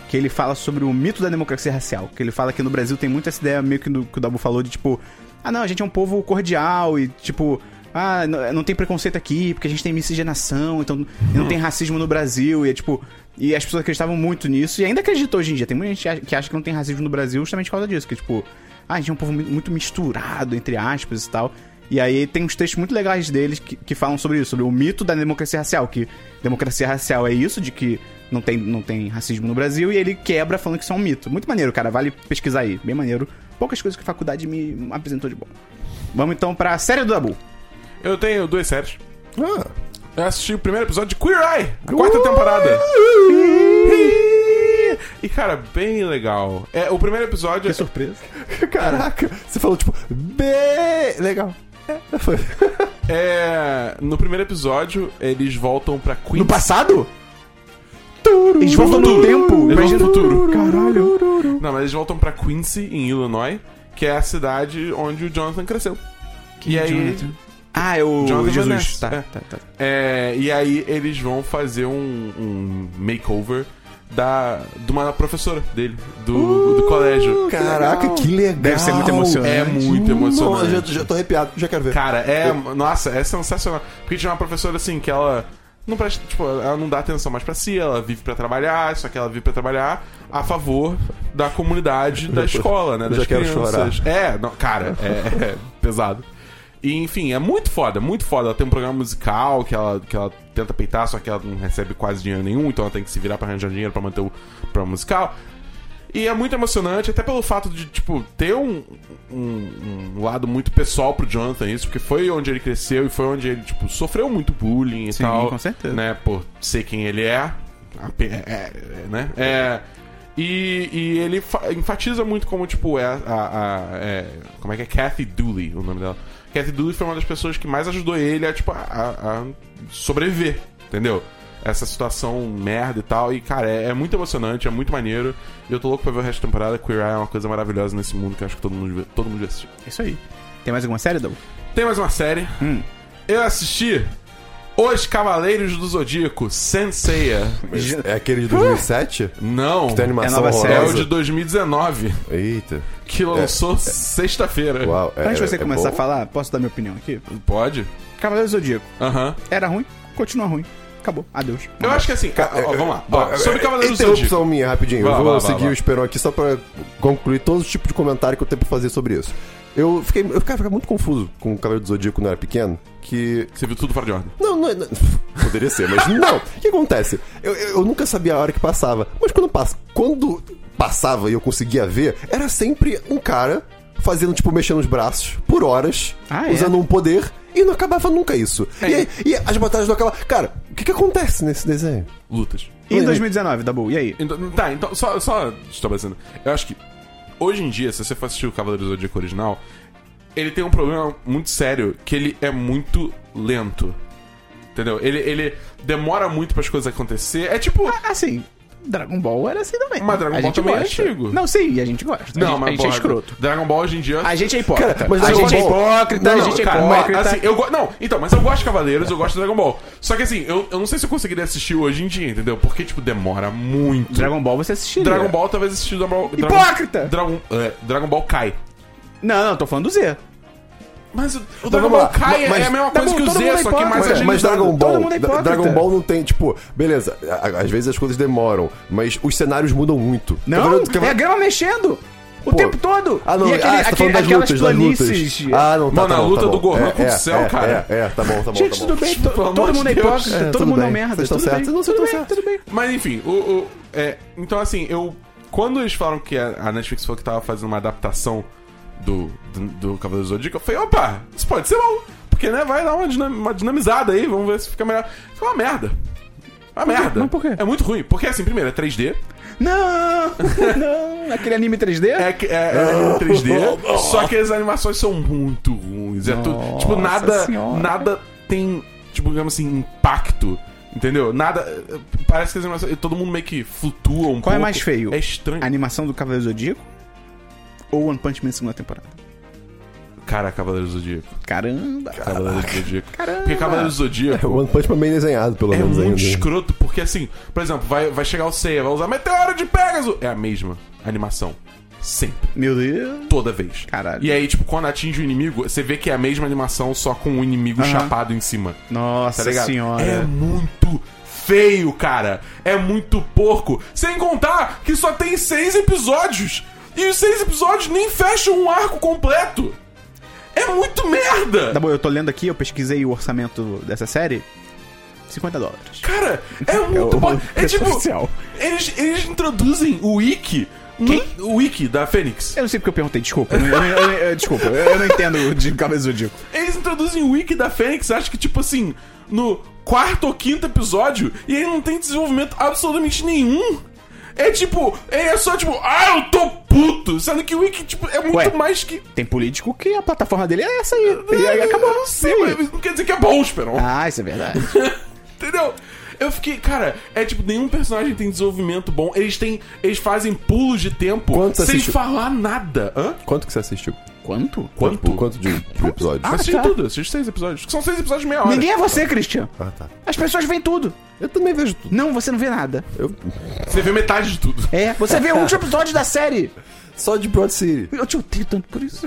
que ele fala sobre o mito da democracia racial. Que ele fala que no Brasil tem muito essa ideia, meio que, do, que o Dabu falou, de tipo, ah não, a gente é um povo cordial e tipo. Ah, n- não tem preconceito aqui, porque a gente tem miscigenação, então não tem racismo no Brasil, e é tipo. E as pessoas acreditavam muito nisso, e ainda acreditam hoje em dia. Tem muita gente que acha que não tem racismo no Brasil justamente por causa disso, que tipo, ah, a gente é um povo mu- muito misturado, entre aspas e tal. E aí tem uns textos muito legais deles que, que falam sobre isso, sobre o mito da democracia racial, que democracia racial é isso, de que não tem, não tem racismo no Brasil, e ele quebra falando que isso é um mito. Muito maneiro, cara, vale pesquisar aí, bem maneiro. Poucas coisas que a faculdade me apresentou de bom. Vamos então pra série do Dabu. Eu tenho duas séries. Ah, Eu assisti o primeiro episódio de Queer Eye, a quarta temporada. E, cara, bem legal. É, o primeiro episódio... Surpresa. caraca. Você falou, tipo, bem... Legal. É, foi. É, no primeiro episódio, eles voltam pra Queens... No passado? Eles voltam no tempo. Eles Imagina voltam no futuro. Caralho. Não, mas eles voltam pra Quincy, em Illinois, que é a cidade onde o Jonathan cresceu. e aí. Jonathan? Ah, é o Jonathan Jesus. Van Ness. Tá, É. tá, tá. É, e aí eles vão fazer um, um makeover da, de uma professora dele, do, do Uh, colégio. Caraca, que legal. Deve ser muito emocionante. É muito emocionante. Nossa, já, já tô arrepiado, já quero ver. Cara, é. Nossa, é sensacional. Porque tinha uma professora assim que ela. Não presta, tipo, ela não dá atenção mais pra si, ela vive pra trabalhar, só que ela vive pra trabalhar a favor da (laughs) comunidade da escola, né? já Das quero crianças. É, não, cara, é, é pesado. E, enfim, é muito foda, muito foda. Ela tem um programa musical que ela, que ela tenta peitar, só que ela não recebe quase dinheiro nenhum, então ela tem que se virar pra arranjar dinheiro pra manter o programa musical. E é muito emocionante, até pelo fato de, tipo, ter um, um- um lado muito pessoal pro Jonathan isso, porque foi onde ele cresceu e foi onde ele, tipo, sofreu muito bullying e Sim, tal. com certeza. Né, por ser quem ele é. ape- é, é, né? É, e, e ele fa- enfatiza muito como, tipo, é a... a- a- é- como é que é? Kathy Dooley, o nome dela. Kathy Dooley foi uma das pessoas que mais ajudou ele a, tipo, a, a- a sobreviver, entendeu? Essa situação merda e tal. E, cara, é, é muito emocionante, é muito maneiro. E eu tô louco pra ver o resto da temporada. Queer Eye é uma coisa maravilhosa nesse mundo que eu acho que todo mundo, deve- todo mundo deve assistir. É Isso aí. Tem mais alguma série, Doug? Tem mais uma série. Hum. Eu assisti Os Cavaleiros do Zodíaco, Senseiya. É aquele de 2007? Não, Tem animação nova série. Ah! é o horrorosa. de 2019, Eita. que lançou sexta-feira. Uau. É, Antes de você é começar bom? a falar, posso dar minha opinião aqui? Pode? Cavaleiro do Zodíaco. Aham. Era ruim, continua ruim. Acabou. Adeus. Eu acho que assim, ca- ó, vamos lá. Ó, sobre Cavaleiros do Zodíaco. é, Interrupção minha, rapidinho. Vai, eu vou vai, vai, seguir vai. o Esperon aqui só pra concluir todo tipo de comentário que eu tenho pra fazer sobre isso. Eu fiquei, eu ficava ficava muito confuso com o Cavaleiro do Zodíaco quando eu era pequeno, que Você viu tudo fora de ordem. Não, não, é- não- poderia ser, mas não. O que acontece? Eu, eu, eu nunca sabia a hora que passava, mas quando passa, quando passava e eu conseguia ver, era sempre um cara fazendo tipo mexendo os braços por horas, Ah, é? usando um poder e não acabava nunca isso. E, aí- e as batalhas não acabavam. Cara, o que que acontece nesse desenho? Lutas. E em 2019, Dabu, e aí? Então, tá, então, só, só estabelecendo. Eu acho que hoje em dia, se você for assistir o Cavaleiro do Zodíaco original, ele tem um problema muito sério, que ele é muito lento. Entendeu? Ele, ele demora muito para as coisas acontecer. É tipo. Assim, Dragon Ball era assim também. Mas Dragon a Ball gente também é gosta. antigo. Não, sim, e a gente gosta. a gente, a gente é porra, escroto. Dragon Ball hoje em dia. A gente é hipócrita. Cara, mas a Dragon gente é Ball- hipócrita, a Não, gente cara, é mas, hipócrita. assim, eu go- Não, então, mas eu gosto de Cavaleiros, eu gosto de Dragon Ball. Só que assim, eu, eu não sei se eu conseguiria assistir hoje em dia, entendeu? Porque, tipo, demora muito. Dragon Ball você assistiu. Dragon Ball talvez assistir Dragon Ball. Dragon- Hipócrita! Dragon, é, Dragon Ball Kai. Não, não, tô falando do Z. Mas o, o Dragon vamos Ball lá. Kai é- Mas- é a mesma tá coisa bom, que o todo Z, mundo é só que mais hipócrita. Mas, mas agilizado. Todo Dragon Ball, mundo é Dra- hipócrita. Dragon Ball não tem, tipo, beleza, a- a- às vezes as coisas demoram, mas os cenários mudam muito. Tá Não, Cavaleiro- é a grama mexendo. O Pô. tempo todo. Ah, não, e aquele, ah, você tá aquele, falando das aquelas lutas, das planícies. lutas. Ah, não, tá, Mano, tá a bom, luta tá bom. do Gohan é, com o é, céu, é, cara. É, é, tá bom, tá bom. Gente, tá bom. tudo bem, to- Pelo amor todo de mundo é Deus. hipócrita, É, todo tudo mundo é bem. merda. Vocês estão Tudo bem, certos, tudo vocês estão bem, certos. tudo bem. Mas enfim, o, o- é, então assim, eu quando eles falaram que a a Netflix falou que tava fazendo uma adaptação do, do, do Cavaleiro do Zodíaco, eu falei, opa, isso pode ser bom, porque né, vai dar uma, dinam- uma dinamizada aí, vamos ver se fica melhor. Isso é uma merda. Uma merda. Mas por quê? É muito ruim, porque assim, primeiro, é 3D, Não, (laughs) não. Aquele anime 3D? é, que- é, é (laughs) em 3D, só que as animações são muito ruins. É tudo, tipo, nada, Senhora. nada tem, tipo, digamos assim, impacto. Entendeu? Nada. Parece que as animações. Todo mundo meio que flutua um pouco. Qual é mais feio? É estranho. A animação do Cavaleiro Zodíaco ou One Punch Man segunda temporada? Cara, Cavaleiros do Zodíaco. Caramba. Cavaleiros do Zodíaco. Caramba. Porque Cavaleiros do (laughs) Zodíaco One Punch Man bem desenhado, pelo é menos muito ainda. escroto, porque assim, por exemplo, vai, vai chegar o Seiya, vai usar Meteoro de Pegasus. É a mesma animação. Sempre. Meu Deus. Toda vez. Caralho. E aí, tipo, quando atinge o inimigo, você vê que é a mesma animação, só com o inimigo Aham. chapado em cima. Tá Nossa ligado? senhora. É muito feio, cara. É muito porco. Sem contar que só tem seis episódios. E os seis episódios nem fecham um arco completo. É muito merda. Tá bom, eu tô lendo aqui, eu pesquisei o orçamento dessa série. 50 dólares. Cara, é muito o bom. É preço tipo. oficial. Eles, eles introduzem o Wiki. no- o Wiki da Fênix. Eu não sei porque eu perguntei, desculpa. Eu não- eu não- eu não- eu- desculpa, eu eu não entendo de Cavaleiro Zodíaco. Eles introduzem o Wiki da Fênix, acho que tipo assim, no quarto ou quinto episódio, e ele não tem desenvolvimento absolutamente nenhum. É tipo, ele é só tipo, ah, eu tô puto! Sendo que o Wiki, tipo, é muito Ué. mais que. "Ah, Tem político que a plataforma dele é essa aí. E aí acabou. Eu não sei, E aí? mas não quer dizer que é bom, Esperon. Ah, isso é verdade. Entendeu? Eu fiquei, cara, é tipo, nenhum personagem tem desenvolvimento bom. Eles têm. Eles fazem pulos de tempo Quanto sem assistiu? falar nada. Hã? Quanto que você assistiu? Quanto? Quanto? Quanto de, de episódio? Ah, assisti tá. tudo, assisti seis episódios. que São seis episódios de meia hora. Ninguém é você, Christian. Ah, tá. As pessoas veem tudo. Eu também vejo tudo. Não, você não vê nada. Eu... Você vê metade de tudo. É, você vê o último episódio da série. Só de Broad City. Eu te odeio tanto por isso.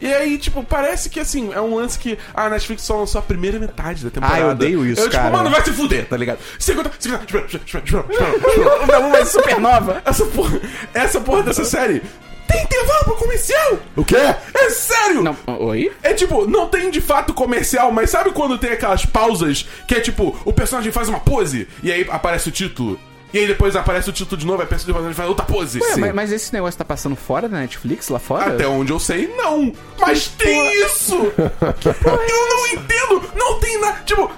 E aí, tipo, parece que assim, é um lance que a Netflix só lançou a primeira metade da temporada. Ah, eu odeio isso, Eu, tipo, cara. mano, vai se fuder, tá ligado? Segunda, segunda, tipo, espera, espera, espera, espera, (laughs) espera. Não, mas supernova. tipo, Essa porra, essa porra dessa série tem intervalo pro comercial! O quê? É sério! Não, oi? É tipo, não tem de fato comercial, mas sabe quando tem aquelas pausas que é tipo, o personagem faz uma pose e aí aparece o título? E aí depois aparece o título de novo, aí o personagem faz outra pose. Ué, Sim. mas, mas esse negócio tá passando fora da Netflix, lá fora? Até onde eu sei, não. Mas tem (laughs) isso! é Eu não entendo! Não tem nada. Tipo,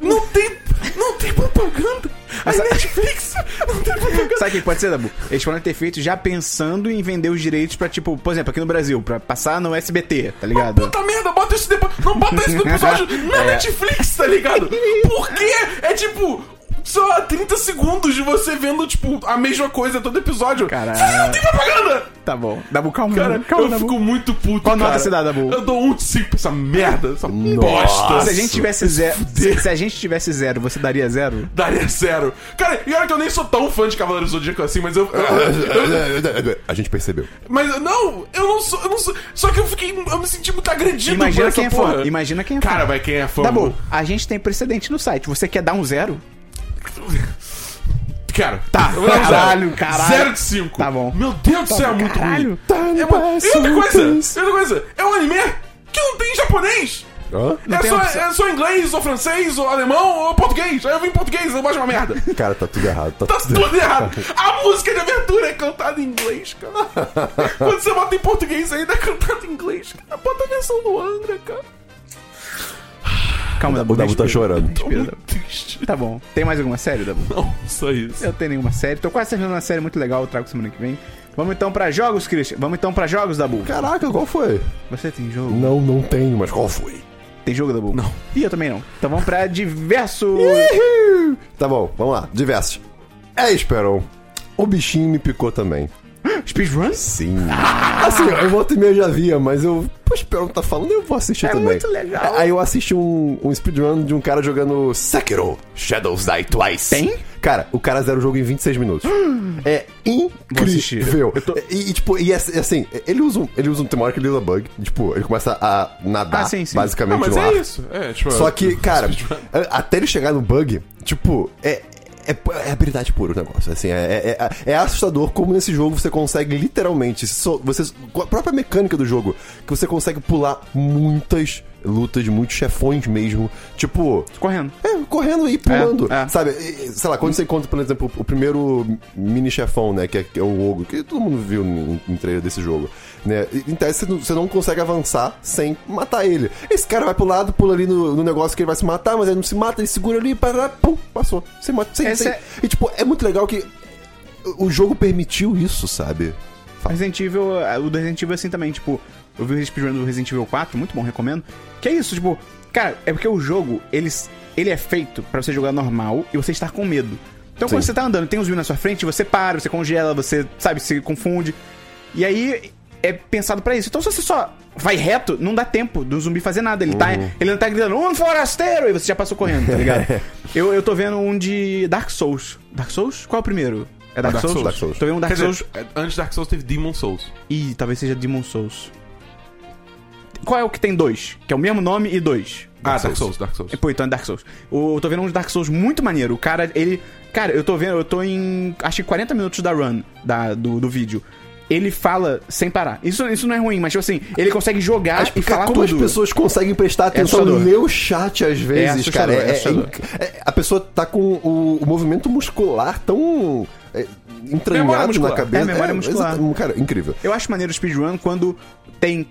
não tem. Não tem propaganda! A Netflix não tem propaganda! Sabe o que pode ser, Dabu? Eles podem ter feito já pensando em vender os direitos pra, tipo, por exemplo, aqui no Brasil, pra passar no SBT, tá ligado? Puta merda, bota isso depois. Não bota isso no (laughs) episódio É. na Netflix, tá ligado? Porque é tipo. Só 30 segundos de você vendo, tipo, a mesma coisa todo episódio. Caralho. Você não tem propaganda! (laughs) Tá bom. Dabu, calma, Cara, calma, eu Dabu. fico muito puto. Qual nota cara. você dá, Dabu? Eu dou um de 5 pra essa merda, essa Nossa. bosta. Se a é gente tivesse zero. Se, se a gente tivesse zero, você daria zero? Daria zero. Cara, e olha que eu nem sou tão fã de Cavaleiros do Zodíaco assim, mas eu. (laughs) A gente percebeu. mas não, eu não sou. Eu não sou só que eu fiquei. Eu me senti muito agredido por Imagina essa quem é porra. fã. Imagina quem é fã. Cara, vai quem é fã. Dabu, mano. a gente tem precedente no site. Você quer dar um zero? Cara, tá. Caralho, caralho. 0 de 5. Tá bom. Meu Deus do céu, é muito caralho. ruim. É uma... E outra coisa, e outra coisa, é um anime que não tem japonês. Hã? Não é, tem só, opção. é só inglês, ou francês, ou alemão, ou português. Aí eu vim em português, eu gosto de uma merda. Cara, tá tudo errado. Tá Tá tudo errado. tudo errado. A música de abertura é cantada em inglês, cara. Quando você bota em português ainda é cantada em inglês, cara. Bota a versão do Angra, cara. Calma, Dabu. O Dabu tá respira. chorando. Tô Perdão. muito triste. É. Tá bom. Tem mais alguma série, Dabu? Não, só isso. Eu tenho nenhuma série. Tô quase terminando uma série muito legal. Eu trago semana que vem. Vamos então pra jogos, Christian. Vamos então pra jogos, Dabu. Caraca, qual foi? Você tem jogo? Não, não tenho, mas qual foi? Tem jogo, Dabu? Não. E eu também não. Então vamos pra diversos. Tá bom, vamos lá. Diversos. É, Esperon. O bichinho me picou também. Speedruns? Sim. Assim, eu volta e meia já via, mas eu. Pô, Esperon tá falando, eu vou assistir É também. muito legal. Aí eu assisti um, um speedrun de um cara jogando Sekiro Shadows Die Twice. Tem? Cara, o cara zera o jogo em (gasps) 26 minutos. é incrível. assistir. Eu tô- E, e, tipo, e assim, ele usa um. Ele usa um. Tem uma hora que ele usa bug. Tipo, ele começa a nadar Ah, sim, sim. Não, basicamente mas no ar. é isso. É, tipo, Só que, cara, até ele chegar no bug, tipo, é. É, é habilidade pura o negócio, assim, é, é- é- é assustador como nesse jogo você consegue literalmente, so- você, com a própria mecânica do jogo, que você consegue pular muitas lutas, muitos chefões mesmo, tipo, Correndo. é, correndo e pulando. É, é. Sabe? E, e, Sei lá, quando você encontra, por exemplo, o primeiro mini chefão, né? Que é, que é o Ogro, que todo mundo viu em, em trailer desse jogo. Né? E, Então você não, você não consegue avançar sem matar ele. Esse cara vai pro lado, pula ali no, no negócio que ele vai se matar, mas ele não se mata, ele segura ali, pará, pum, passou. Você mata sem, Esse sem. é- E tipo, é muito legal que o jogo permitiu isso, sabe? Fala. Resident Evil, ah, o do Resident Evil é assim também, tipo, eu vi o speedrun do Resident Evil 4, muito bom, recomendo. Que é isso, tipo, cara, é porque o jogo, ele, ele é feito pra você jogar normal e você estar com medo. Então quando Sim. você tá andando, e tem um zumbi na sua frente, você para, você congela, você, sabe, se confunde. E aí é pensado pra isso. Então se você só vai reto, não dá tempo do zumbi fazer nada. Ele, tá, ele não tá gritando, um forasteiro! E você já passou correndo, tá ligado? eu, eu tô vendo um de Dark Souls. Dark Souls? Qual é o primeiro? É Dark, Dark Souls? Souls. Dark Souls. Tô vendo um Dark Quer Souls. dizer, antes Dark Souls teve Demon Souls. Ih, talvez seja Demon Souls. Qual é o que tem dois? Que é o mesmo nome e dois. ah, Dark Souls, Dark Souls. É, Pô, então é Dark Souls. O- eu tô vendo um de Dark Souls muito maneiro. O cara, ele. Cara, eu tô vendo, eu tô em. Acho que 40 minutos da run da, do, do vídeo. Ele fala sem parar. Isso, isso não é ruim, mas tipo assim, ele consegue jogar e tipo, Cara, falar como tudo. É as pessoas conseguem prestar atenção no assustador. meu chat às vezes, assustador, cara. É, é é assustador. inc- é- a pessoa tá com o, o movimento muscular tão é, Memória entranhado na muscular. cabeça. É, memória muscular. exata- Cara, incrível. Eu acho maneiro o speedrun quando tem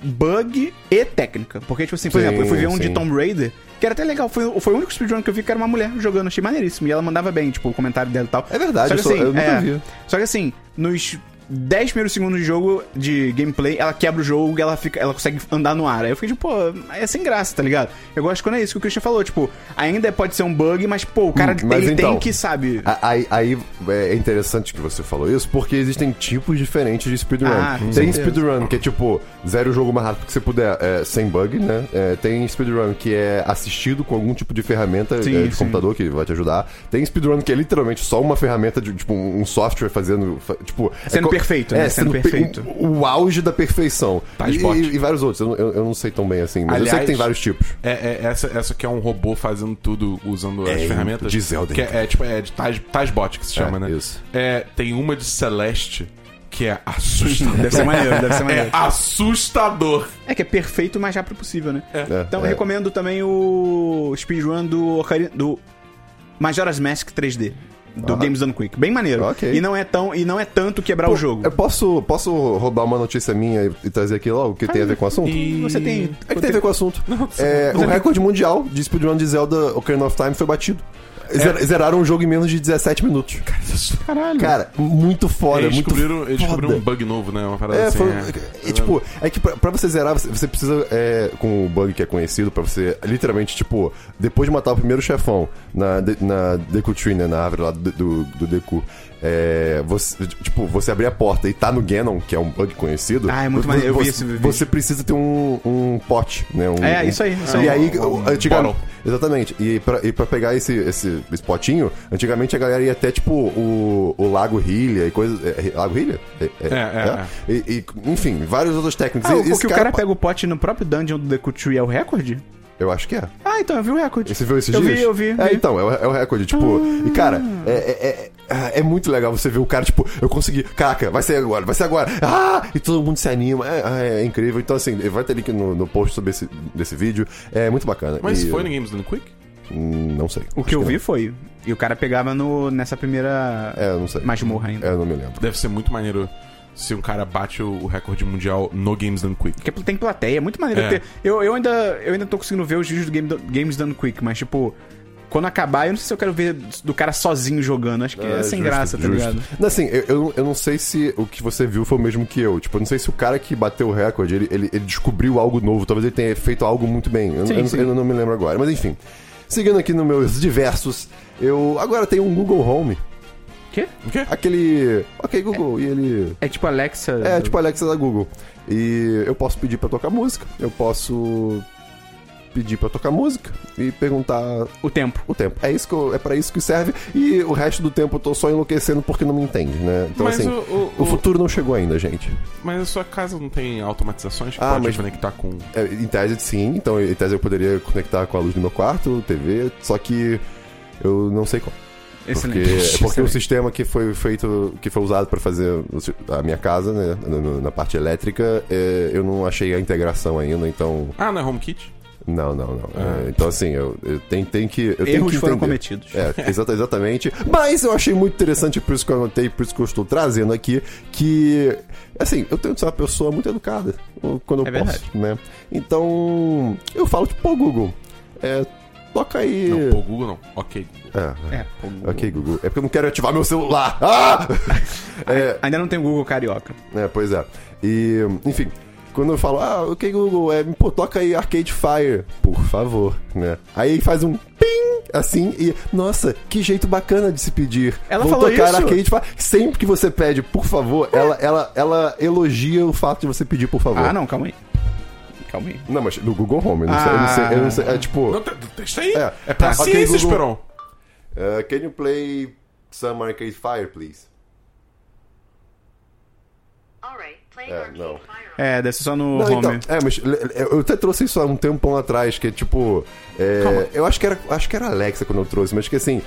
bug e técnica. Porque, tipo assim, por Sim, exemplo, eu fui ver um de sim. Tomb Raider, que era até legal. Foi, foi o único speedrun que eu vi que era uma mulher jogando. Achei maneiríssimo. E ela mandava bem, tipo, o comentário dela e tal. É verdade, só que, eu só- assim, eu nunca é, vi. Só que assim, nos 10 primeiros segundos de jogo, de gameplay, ela quebra o jogo e ela, fica, ela consegue andar no ar. Aí eu fiquei tipo, pô, é sem graça, tá ligado? Eu gosto quando é isso que o Christian falou, tipo, ainda pode ser um bug, mas, pô, o Hum, cara Mas ele então, tem que, sabe... A- Aí, aí é interessante que você falou isso, porque existem tipos diferentes de speedrun. Ah, com tem certeza. speedrun que é tipo, zero o jogo mais rápido que você puder, é, sem bug, né? É, tem speedrun que é assistido com algum tipo de ferramenta Sim, é, de sim. computador que vai te ajudar. Tem speedrun que é literalmente só uma ferramenta de tipo um software fazendo. fa- Tipo, Sendo é co- perfeito, né? É, Sendo sendo, pe- perfeito. O, o auge da perfeição. Tá, e, esporte. e- e vários outros. Eu, não- eu- eu não sei tão bem assim, mas eu sei Aliás, que tem vários tipos. É, é- essa, essa que é um robô fazendo tudo usando as É, ferramentas. de Zelda, então. Que é, é, tipo, é de Taj- Tajbot que se chama, né? isso. É, tem uma de Celeste que é (laughs) assustador. Deve ser maneiro, (laughs) deve ser é maneiro. assustador. É que é perfeito o mais rápido possível, né? É, Então é. eu recomendo também o speedrun do, Ocarina- do Majora's Mask 3D. Do Ah. Games Done Quick. Bem maneiro. Ok. E não é tão e não é tanto quebrar Pô, o jogo. Eu posso, posso roubar uma notícia minha e, e trazer aqui logo que tem a ver com o assunto? Você tem. É que tem a ver com o assunto. É, o recorde mundial de speedrun de Zelda Ocarina of Time foi batido. Zer- Zeraram o jogo em menos de 17 minutos. Caralho. Cara, muito foda, eles, é muito descobriram, eles descobriram foda. um bug novo, né? Uma parada É, assim. foi, é. é, tipo, é que pra, pra você zerar, você, você precisa, é, com o bug que é conhecido, pra você literalmente, tipo, depois de matar o primeiro chefão na, de- na Deku Tree, né, na árvore lá do, do, do Deku, é, você, tipo, você abrir a porta e tá no Ganon, que é um bug conhecido. Ah, é muito você- maneiro, eu vi você, esse vídeo. você precisa ter um, um pote, né? um- É, um- isso aí, isso aí. E aí, antigamente. Um, bottle. Exatamente. E pra, e pra pegar esse, esse, esse potinho, antigamente a galera ia até, tipo, o, o Lago Rilha e coisa. é, é, Lago Rilha? É, é, Tá? E, e, enfim, várias outras técnicas. Ah, E o, esse que o cara pega o pote no próprio dungeon do Deku Tree é o recorde? Eu acho que é. Ah, então eu vi o recorde. Você viu esses eu dias? Vi, eu vi, É, vi. Ah. então, é o, é o recorde. Tipo, e cara, é, é- é- é- é muito legal você ver o cara, tipo, eu consegui, caraca, vai ser agora, vai ser agora, ah! E todo mundo se anima, é, é incrível. Então, assim, vai ter link no, no post sobre esse desse vídeo, é muito bacana. Mas E- foi no Games Done Quick? Hum, Não sei. O que eu vi foi. E o cara pegava no, nessa primeira É, eu não sei. masmorra ainda. É, eu não me lembro. Deve ser muito maneiro se um cara bate o, o recorde mundial no Games Done Quick. Porque tem plateia, é muito maneiro. É. ter- Eu, eu, ainda, eu ainda tô conseguindo ver os vídeos do Game Do- Games Done Quick, mas tipo, quando acabar, eu não sei se eu quero ver do cara sozinho jogando. Acho que é, sem graça, tá ligado? Não, Assim, eu, eu, eu não sei se o que você viu foi o mesmo que eu. Tipo, eu não sei se o cara que bateu o recorde, ele, ele, ele descobriu algo novo. Talvez ele tenha feito algo muito bem. Eu, Sim, eu não- sim. eu não me lembro agora. Mas enfim. Seguindo aqui nos meus diversos, eu agora tenho um Google Home. Quê? O quê? Aquele. Ok, Google. E ele. É tipo Alexa. É, tipo a Alexa da Google. E eu posso pedir pra tocar música. Eu posso pedir pra tocar música e perguntar o tempo. o tempo. É isso que eu- é para isso que serve e o resto do tempo eu tô só enlouquecendo porque não me entende, né? Então Mas assim, o- o, o- o- futuro não chegou ainda, gente. Mas a sua casa não tem automatizações que Ah, pode mas- conectar com. É, em tese sim, então em tese eu poderia conectar com a luz do meu quarto, TV, só que eu não sei como. Porque, é Excelente. porque o Excelente. sistema que foi feito, que foi usado pra fazer o si- a minha casa, né, no- no- na parte elétrica, é, eu não achei a integração ainda, então Ah, não é HomeKit? não, não, não. Ah. É, então assim, eu, eu tenho, tenho que, eu tenho Erros que foram entender. cometidos. É, exata- exatamente. Mas eu achei muito interessante, por isso que eu anotei, por isso que eu estou trazendo aqui, que, assim, eu tento ser uma pessoa muito educada ou- quando eu É posso, verdade. né? Então, eu falo, tipo, pô, Google, é, toca aí... Não, pô, Google não. Ok. Google. É, É, pô, ok, Google. É porque eu não quero ativar meu celular. (laughs) (laughs) Ah! É, Ainda não tem o Google Carioca. é, pois é. E, enfim, quando eu falo, ah, ok, Google, é, pô, toca aí Arcade Fire, por favor, né? Aí faz um pim, assim, e, nossa, que jeito bacana de se pedir. Ela Vou falou tocar isso? Arcade Fire. Sempre que você pede, por favor, ela, ela, ela elogia o fato de você pedir, por favor. Ah, não, calma aí. Calma aí. Não, mas do Google Home, eu não sei, eu não sei, eu não sei, Ah. é tipo... Não, te- testa aí. É. É, pra Ok, ciência, Google. Esperon. Uh, can you play some Arcade Fire, please? Alright, playing Yeah, Arcade no. Fire. É, desce só no Não, home. então, é, mas le- le- eu até trouxe isso há um tempão atrás, que é tipo. é, eu acho que era. Acho que era Alexa quando eu trouxe, mas que assim.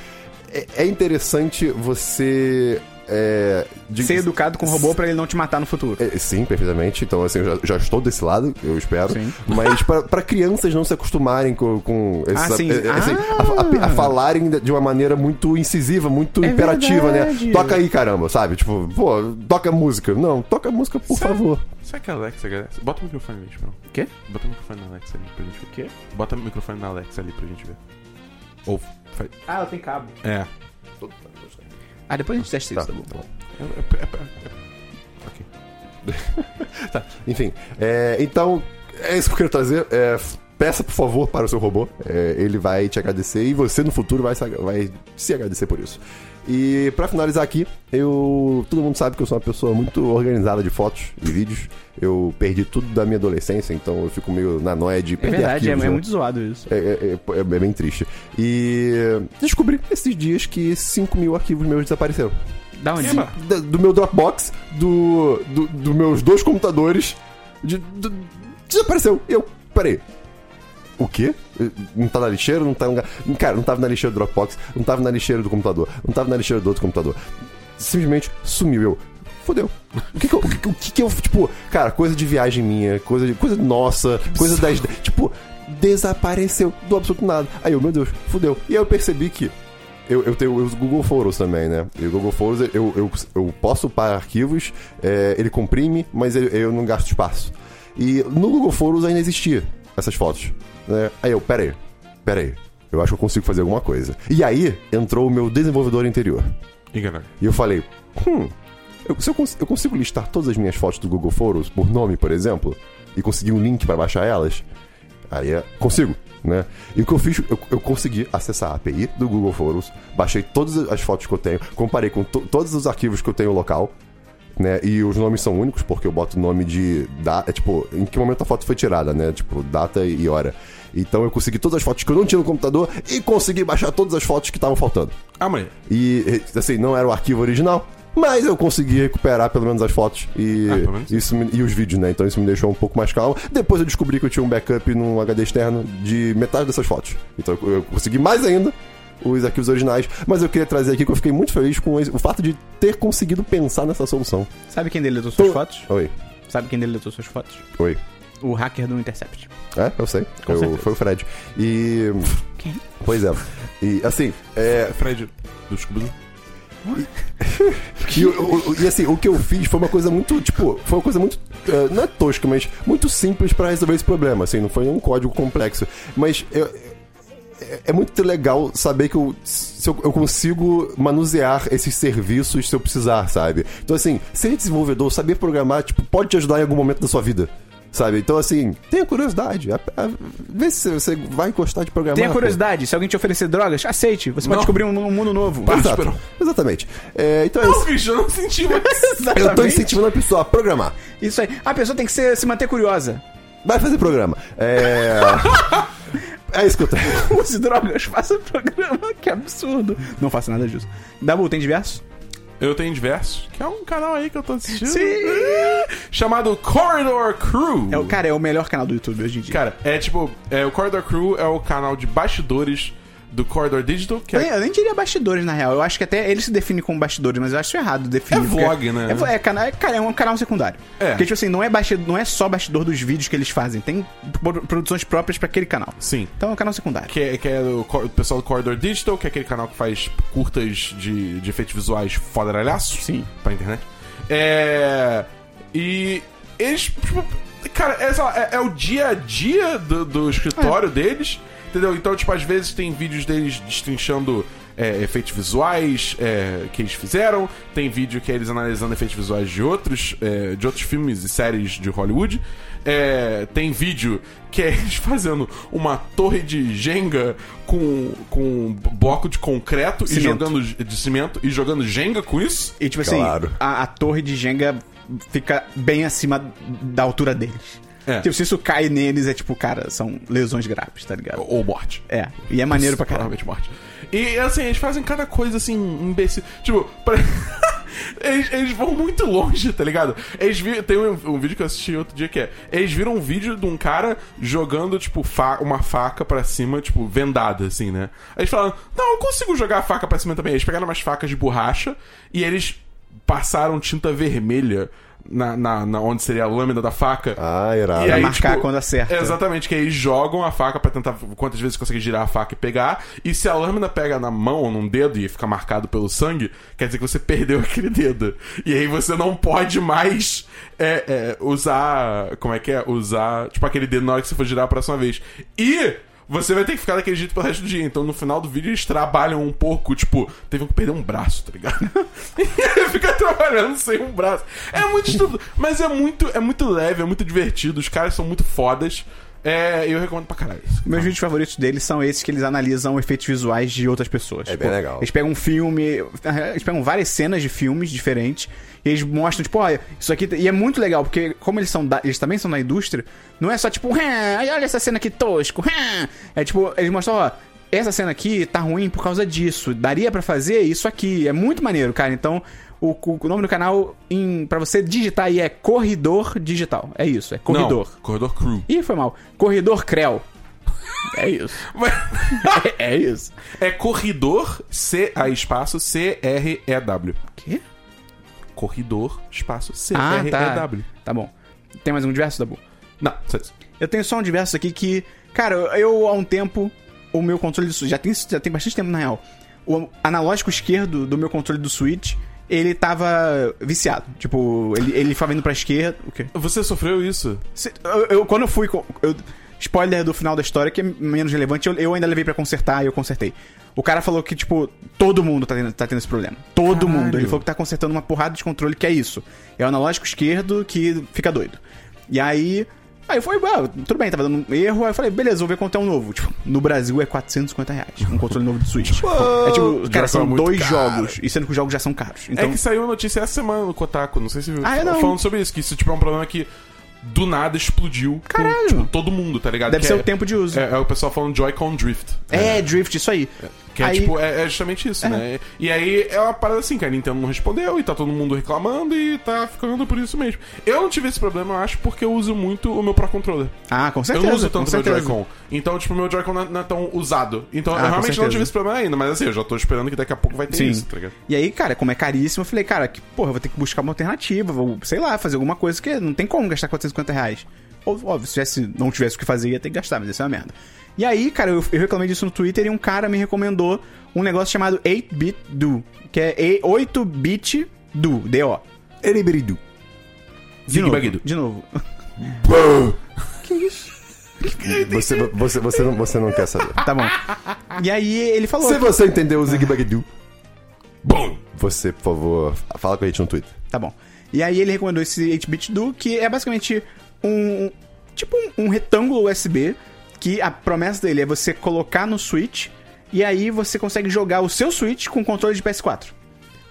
É, é interessante você. É, de- Ser educado com o robô pra ele não te matar no futuro. É, Sim, perfeitamente. Então, assim, eu já, já estou desse lado, eu espero. Sim. Mas pra pra crianças não se acostumarem com, com essa- Ah, sim. é, é, assim, Ah! É a, a- a falarem de de uma maneira muito incisiva, muito imperativa, verdade. né? Toca aí, caramba, sabe? Tipo, pô, toca música. Não, toca música, por Sério? favor. Será que a Alexa agradece? Bota o microfone ali, Esperon. Quê? Bota o microfone na Alexa ali pra gente ver. O quê? Bota o microfone na Alexa ali pra gente ver. Ou. fa- Ah, ela tem cabo. É. Tá. é tá Ah, depois a gente testa isso, tá bom? É- é- é- é- tá. Enfim, é, então, é isso que eu quero trazer. É, f- peça, por favor, para o seu robô. É, ele vai te agradecer e você, no futuro, vai se, aga- vai se agradecer por isso. E pra finalizar aqui, eu todo mundo sabe que eu sou uma pessoa muito organizada de fotos e vídeos. Eu perdi tudo da minha adolescência, então eu fico meio na noia de É perder verdade, é, arquivos, é né? muito zoado isso. É, é- é- é bem triste. E descobri esses dias que 5 mil arquivos meus desapareceram. Da onde? Da- do meu Dropbox, do, do, do meus dois computadores. de- do- desapareceu. Eu, peraí. O quê? Não tá na lixeira? Não tá em lugar. Cara, não tava na lixeira do Dropbox, não tava na lixeira do computador, não tava na lixeira do outro computador. Simplesmente sumiu eu. Fodeu. O que que eu, o que que- o que que eu, tipo, cara, coisa de viagem minha, coisa de, coisa nossa, coisa das, tipo, desapareceu do absoluto nada. Aí eu, meu Deus, fodeu. E aí eu percebi que eu, eu, tenho, eu uso Google Photos também, né? E o Google Photos, eu, eu, eu posso upar arquivos, é, ele comprime, mas eu, eu não gasto espaço. E no Google Photos ainda existia essas fotos. Né? Aí eu, peraí, peraí, eu acho que eu consigo fazer alguma coisa. E aí entrou o meu desenvolvedor interior. Enganado. E eu falei, hum, eu, se eu, cons- eu consigo listar todas as minhas fotos do Google Photos por nome, por exemplo, e conseguir um link pra baixar elas, aí é, consigo, né? E o que eu fiz, eu, eu consegui acessar a API do Google Photos, baixei todas as fotos que eu tenho, comparei com to- todos os arquivos que eu tenho local, né? E os nomes são únicos, porque eu boto o nome de. Da, é tipo, em que momento a foto foi tirada, né? Tipo, data e hora. Então eu consegui todas as fotos que eu não tinha no computador e consegui baixar todas as fotos que estavam faltando. Ah, mulher. E, assim, não era o arquivo original, mas eu consegui recuperar pelo menos as fotos e, Ah, pelo menos. isso me- e os vídeos, né? Então isso me deixou um pouco mais calmo. Depois eu descobri que eu tinha um backup num HD externo de metade dessas fotos. Então eu, eu consegui mais ainda os arquivos originais. Mas eu queria trazer aqui que eu fiquei muito feliz com esse- o fato de ter conseguido pensar nessa solução. Sabe quem deletou suas fotos? Oi, Sabe quem deletou suas fotos? oi. O hacker do Intercept. É, eu sei. Eu- certeza. foi o Fred. E. Quem? Pois é. E assim, é, Fred, do scooby E, o- o- e, assim, o que eu fiz foi uma coisa muito, tipo, foi uma coisa muito. eh, não é tosca, mas muito simples pra resolver esse problema. Assim, não foi um código complexo. Mas eu- é, é muito legal saber que eu, se eu, eu consigo manusear esses serviços se eu precisar, sabe? Então, assim, ser desenvolvedor, saber programar, tipo, pode te ajudar em algum momento da sua vida. Sabe? Então, assim, tenha curiosidade. A- a- vê se você vai gostar de programar. Tenha pô. curiosidade, se alguém te oferecer drogas, aceite. Você pode descobrir um, um mundo novo. (laughs) Exato. Exatamente. É, então é isso. bicho, eu não senti mais. Eu tô Exatamente. incentivando a pessoa a programar. Isso aí. A pessoa tem que ser- se manter curiosa. (laughs) Vai fazer programa. É. (laughs) é isso que eu trago. Use drogas, faça programa. Que absurdo. Não faça nada disso. Dabu, tem diversos? Eu tenho diversos, que é um canal aí que eu tô assistindo. Sim. Chamado Corridor Crew. É, o- cara, é o melhor canal do YouTube hoje em dia. Cara, é tipo, é, o Corridor Crew é o canal de bastidores do Corridor Digital, que Eu é nem, eu nem diria bastidores, na real. Eu acho que até ele se define como bastidores, mas eu acho isso errado. Definir, É porque- vlog, né? É, vo- é, cana- é, cara, é um canal secundário. É. Porque, tipo assim, não é, bastidor, não é só bastidor dos vídeos que eles fazem. Tem pro- produções próprias pra aquele canal. Sim. Então é um canal secundário. que é, que é o, cor- o pessoal do Corridor Digital, que é aquele canal que faz curtas de, de efeitos visuais foderalhaços. Sim. Pra internet. É. E. Eles. Tipo, cara, é, sei lá, é- é o dia a dia do, do escritório deles. Entendeu? Então, tipo, às vezes tem vídeos deles destrinchando. é, efeitos visuais é, que eles fizeram, tem vídeo que é eles analisando efeitos visuais de outros é, de outros filmes e séries de Hollywood, É, tem vídeo que é (laughs) eles fazendo uma torre de Jenga com, com um bloco de concreto e Cimento. jogando de cimento e jogando Jenga com isso. E, tipo assim, Claro. a, a torre de Jenga fica bem acima da altura deles. É. Tipo, se isso cai neles, é tipo, cara, são lesões graves, tá ligado? Ou morte. É. E é maneiro pra caramba. Provavelmente morte. E assim, eles fazem cada coisa assim, imbecil. Tipo, pra- (laughs) eles, eles vão muito longe, tá ligado? Eles vi... Tem um, um vídeo que eu assisti outro dia que é. Eles viram um vídeo de um cara jogando, tipo, fa- uma faca pra cima, tipo, vendada, assim, né? Aí eles falaram, não, eu consigo jogar a faca pra cima também. Eles pegaram umas facas de borracha e eles passaram tinta vermelha. Na, na- na- onde seria a lâmina da faca. Ah, irado. E tipo, Pra marcar quando acerta. Exatamente, que aí jogam a faca pra tentar quantas vezes consegue girar a faca e pegar. E se a lâmina pega na mão ou num dedo e fica marcado pelo sangue, quer dizer que você (laughs) perdeu aquele dedo. E aí você não pode mais é, é, usar. Como é que é? Usar. Tipo aquele dedo na hora que você for girar a próxima vez. E. Você vai ter que ficar daquele jeito pelo resto do dia. Então no final do vídeo eles trabalham um pouco, tipo, teve um que perdeu um braço, tá ligado? (laughs) E Fica trabalhando sem um braço. É muito estúpido, mas é muito, é muito leve, é muito divertido. Os caras são muito fodas. É, eu recomendo pra caralho isso. Meus vídeos favoritos deles são esses que eles analisam efeitos visuais de outras pessoas. É bem legal. Eles pegam um filme, na real, eles pegam várias cenas de filmes diferentes e eles mostram, tipo, olha, isso aqui. E é muito legal, porque como eles são da- eles também são da indústria, não é só tipo, "Ah, olha essa cena aqui tosco. ah." É tipo, eles mostram, ó. Essa cena aqui tá ruim por causa disso. Daria pra fazer isso aqui. É muito maneiro, cara. Então, o, o- o nome do canal em, pra você digitar aí é Corridor Digital. É isso, é Corridor. Não, corredor Crew. (laughs) Ih, foi mal. Corredor Creu. É isso. (laughs) É, é isso. É corredor C A espaço C R E W. Quê? Corredor espaço C Ah, R E tá. W. Tá bom. Tem mais um diverso, Dabu? Não, só isso. Eu tenho só um diverso aqui que... Cara, eu há um tempo... O meu controle do Switch... Já tem, já tem bastante tempo, na real. O analógico esquerdo do meu controle do Switch... Ele tava viciado. Tipo, ele, ele ficava indo pra esquerda... O quê? Você sofreu isso? Se- eu, eu- quando eu fui. com- eu- spoiler do final da história, que é menos relevante, eu, eu ainda levei pra consertar e eu consertei. O cara falou que, tipo, todo mundo tá tendo, tá tendo esse problema. Todo mundo. Ele falou que tá consertando uma porrada de controle, que é isso. É o analógico esquerdo que fica doido. E aí. Aí eu falei, ah, tudo bem, tava dando um erro. Aí eu falei, beleza, vou ver quanto é um novo. Tipo, no Brasil é 450 reais. Um controle novo de Switch. é tipo, Já cara, são tá muito dois caro. jogos. E sendo que os jogos já são caros. Então, É que saiu a notícia essa semana no Kotaku, não sei se viu. Ah, eu não. Falando sobre isso, que isso tipo, é um problema que do nada explodiu com, Caralho. tipo, todo mundo, tá ligado? deve Que ser é- o tempo de uso. É, É, é o pessoal falando Joy-Con Drift. Drift, isso aí. Que é, tipo, é, é justamente isso, né? E aí é uma parada assim, que a Nintendo não respondeu e tá todo mundo reclamando e tá ficando por isso mesmo. Eu não tive esse problema, eu acho, porque eu uso muito o meu Pro Controller. Ah, com certeza. eu não uso com tanto meu certeza. Ah, Joy-Con. Então, tipo, meu Joy-Con não é- não é tão usado. Então, com eu realmente não certeza. tive esse problema ainda, mas assim, eu já tô esperando que daqui a pouco vai ter Sim. isso, tá ligado? E aí, cara, como é caríssimo, eu falei, cara, que, porra, eu vou ter que buscar uma alternativa, vou, sei lá, fazer alguma coisa que não tem como gastar 450 reais. Ó- Óbvio, se tivesse- não tivesse o que fazer, ia ter que gastar, mas isso é uma merda. E aí, cara, eu, eu reclamei disso no Twitter e um cara me recomendou um negócio chamado 8-Bit Do, que é 8-Bit Do, D-O. Ereberidu. De novo, Bagdu. de novo. Você, você, você, não, você não quer saber. Tá bom. E aí ele falou... Se você entendeu o Zig Bagdu, Bom! você, por favor, fala com a gente no Twitter. Tá bom. E aí ele recomendou esse 8-bit do, que é basicamente um. um- tipo um, um retângulo USB, que a promessa dele é você colocar no Switch, e aí você consegue jogar o seu Switch com controle de PS4.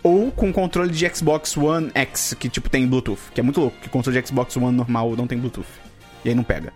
Ou com controle de Xbox One X, que tipo tem Bluetooth, que é muito louco, que controle de Xbox One normal não tem Bluetooth. E aí não pega.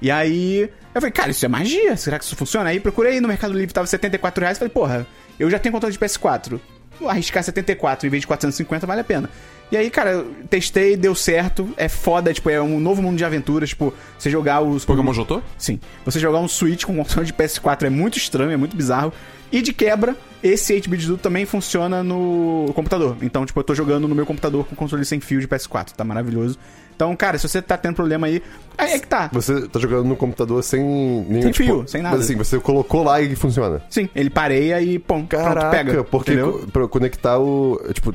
E aí, eu falei, cara, isso é magia, será que isso funciona? Aí procurei no Mercado Livre, tava R$ 74 reais, falei, porra, eu já tenho controle de PS4. Vou arriscar 74 em vez de 450, vale a pena. E aí, cara, eu testei, deu certo, é foda, tipo, é um novo mundo de aventuras, tipo, você jogar os... Pokémon Jotô? Sim. Você jogar um Switch com controle de PS4 é muito estranho, é muito bizarro. E de quebra, esse 8-bit do também funciona no computador. Então, tipo, eu tô jogando no meu computador com controle sem fio de PS4. Tá maravilhoso. Então, cara, se você tá tendo problema aí. Aí é que tá. Você tá jogando no computador sem nenhum. Sem fio, sem nada. Mas assim, você colocou lá e funciona. Sim, ele pareia e pum, pronto, Caraca, pega. porque entendeu? co- pra conectar o. Tipo,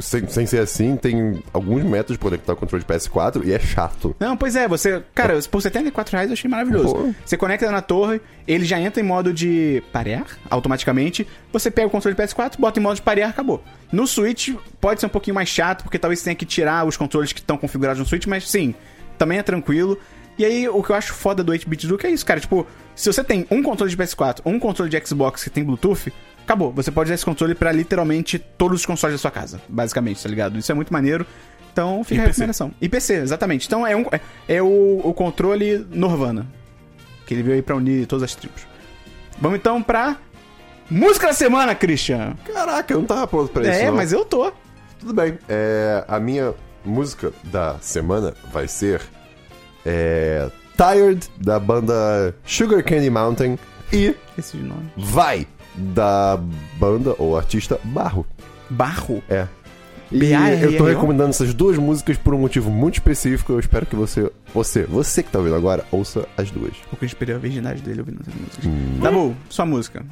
sem, sem ser assim, tem alguns métodos de conectar o controle de PS4 e é chato. Não, pois é, você. Cara, por R$ 74 reais eu achei maravilhoso. Pô. Você conecta na torre, ele já entra em modo de parear automaticamente. Você pega o controle PS4, bota em modo de parear, acabou. No Switch pode ser um pouquinho mais chato, porque talvez você tenha que tirar os controles que estão configurados no Switch, mas sim, também é tranquilo. E aí, o que eu acho foda do 8-bit Duke é isso, cara. Tipo, se você tem um controle de PS4 um controle de Xbox que tem Bluetooth, acabou. Você pode usar esse controle pra literalmente todos os consoles da sua casa, basicamente, tá ligado? Isso é muito maneiro. Então, fica a PC. recomendação. E PC, exatamente. Então, é, um, é, é o, o controle Norvana, que ele veio aí pra unir todas as tribos. Vamos então pra música da semana, Christian. Caraca, eu não tava pronto pra isso. é, não. mas eu tô. Tudo bem. É, a minha música da semana vai ser. É, Tired, da banda Sugar Candy Mountain. E Esse de nome. Vai, da banda ou artista Barro. Barro. É. E B.A.R.R.O.? eu tô recomendando essas duas músicas por um motivo muito específico. Eu espero que você, você, você que tá ouvindo agora, ouça as duas. O Christian perdeu a virgindade dele ouvindo essas músicas. Tá bom, sua música.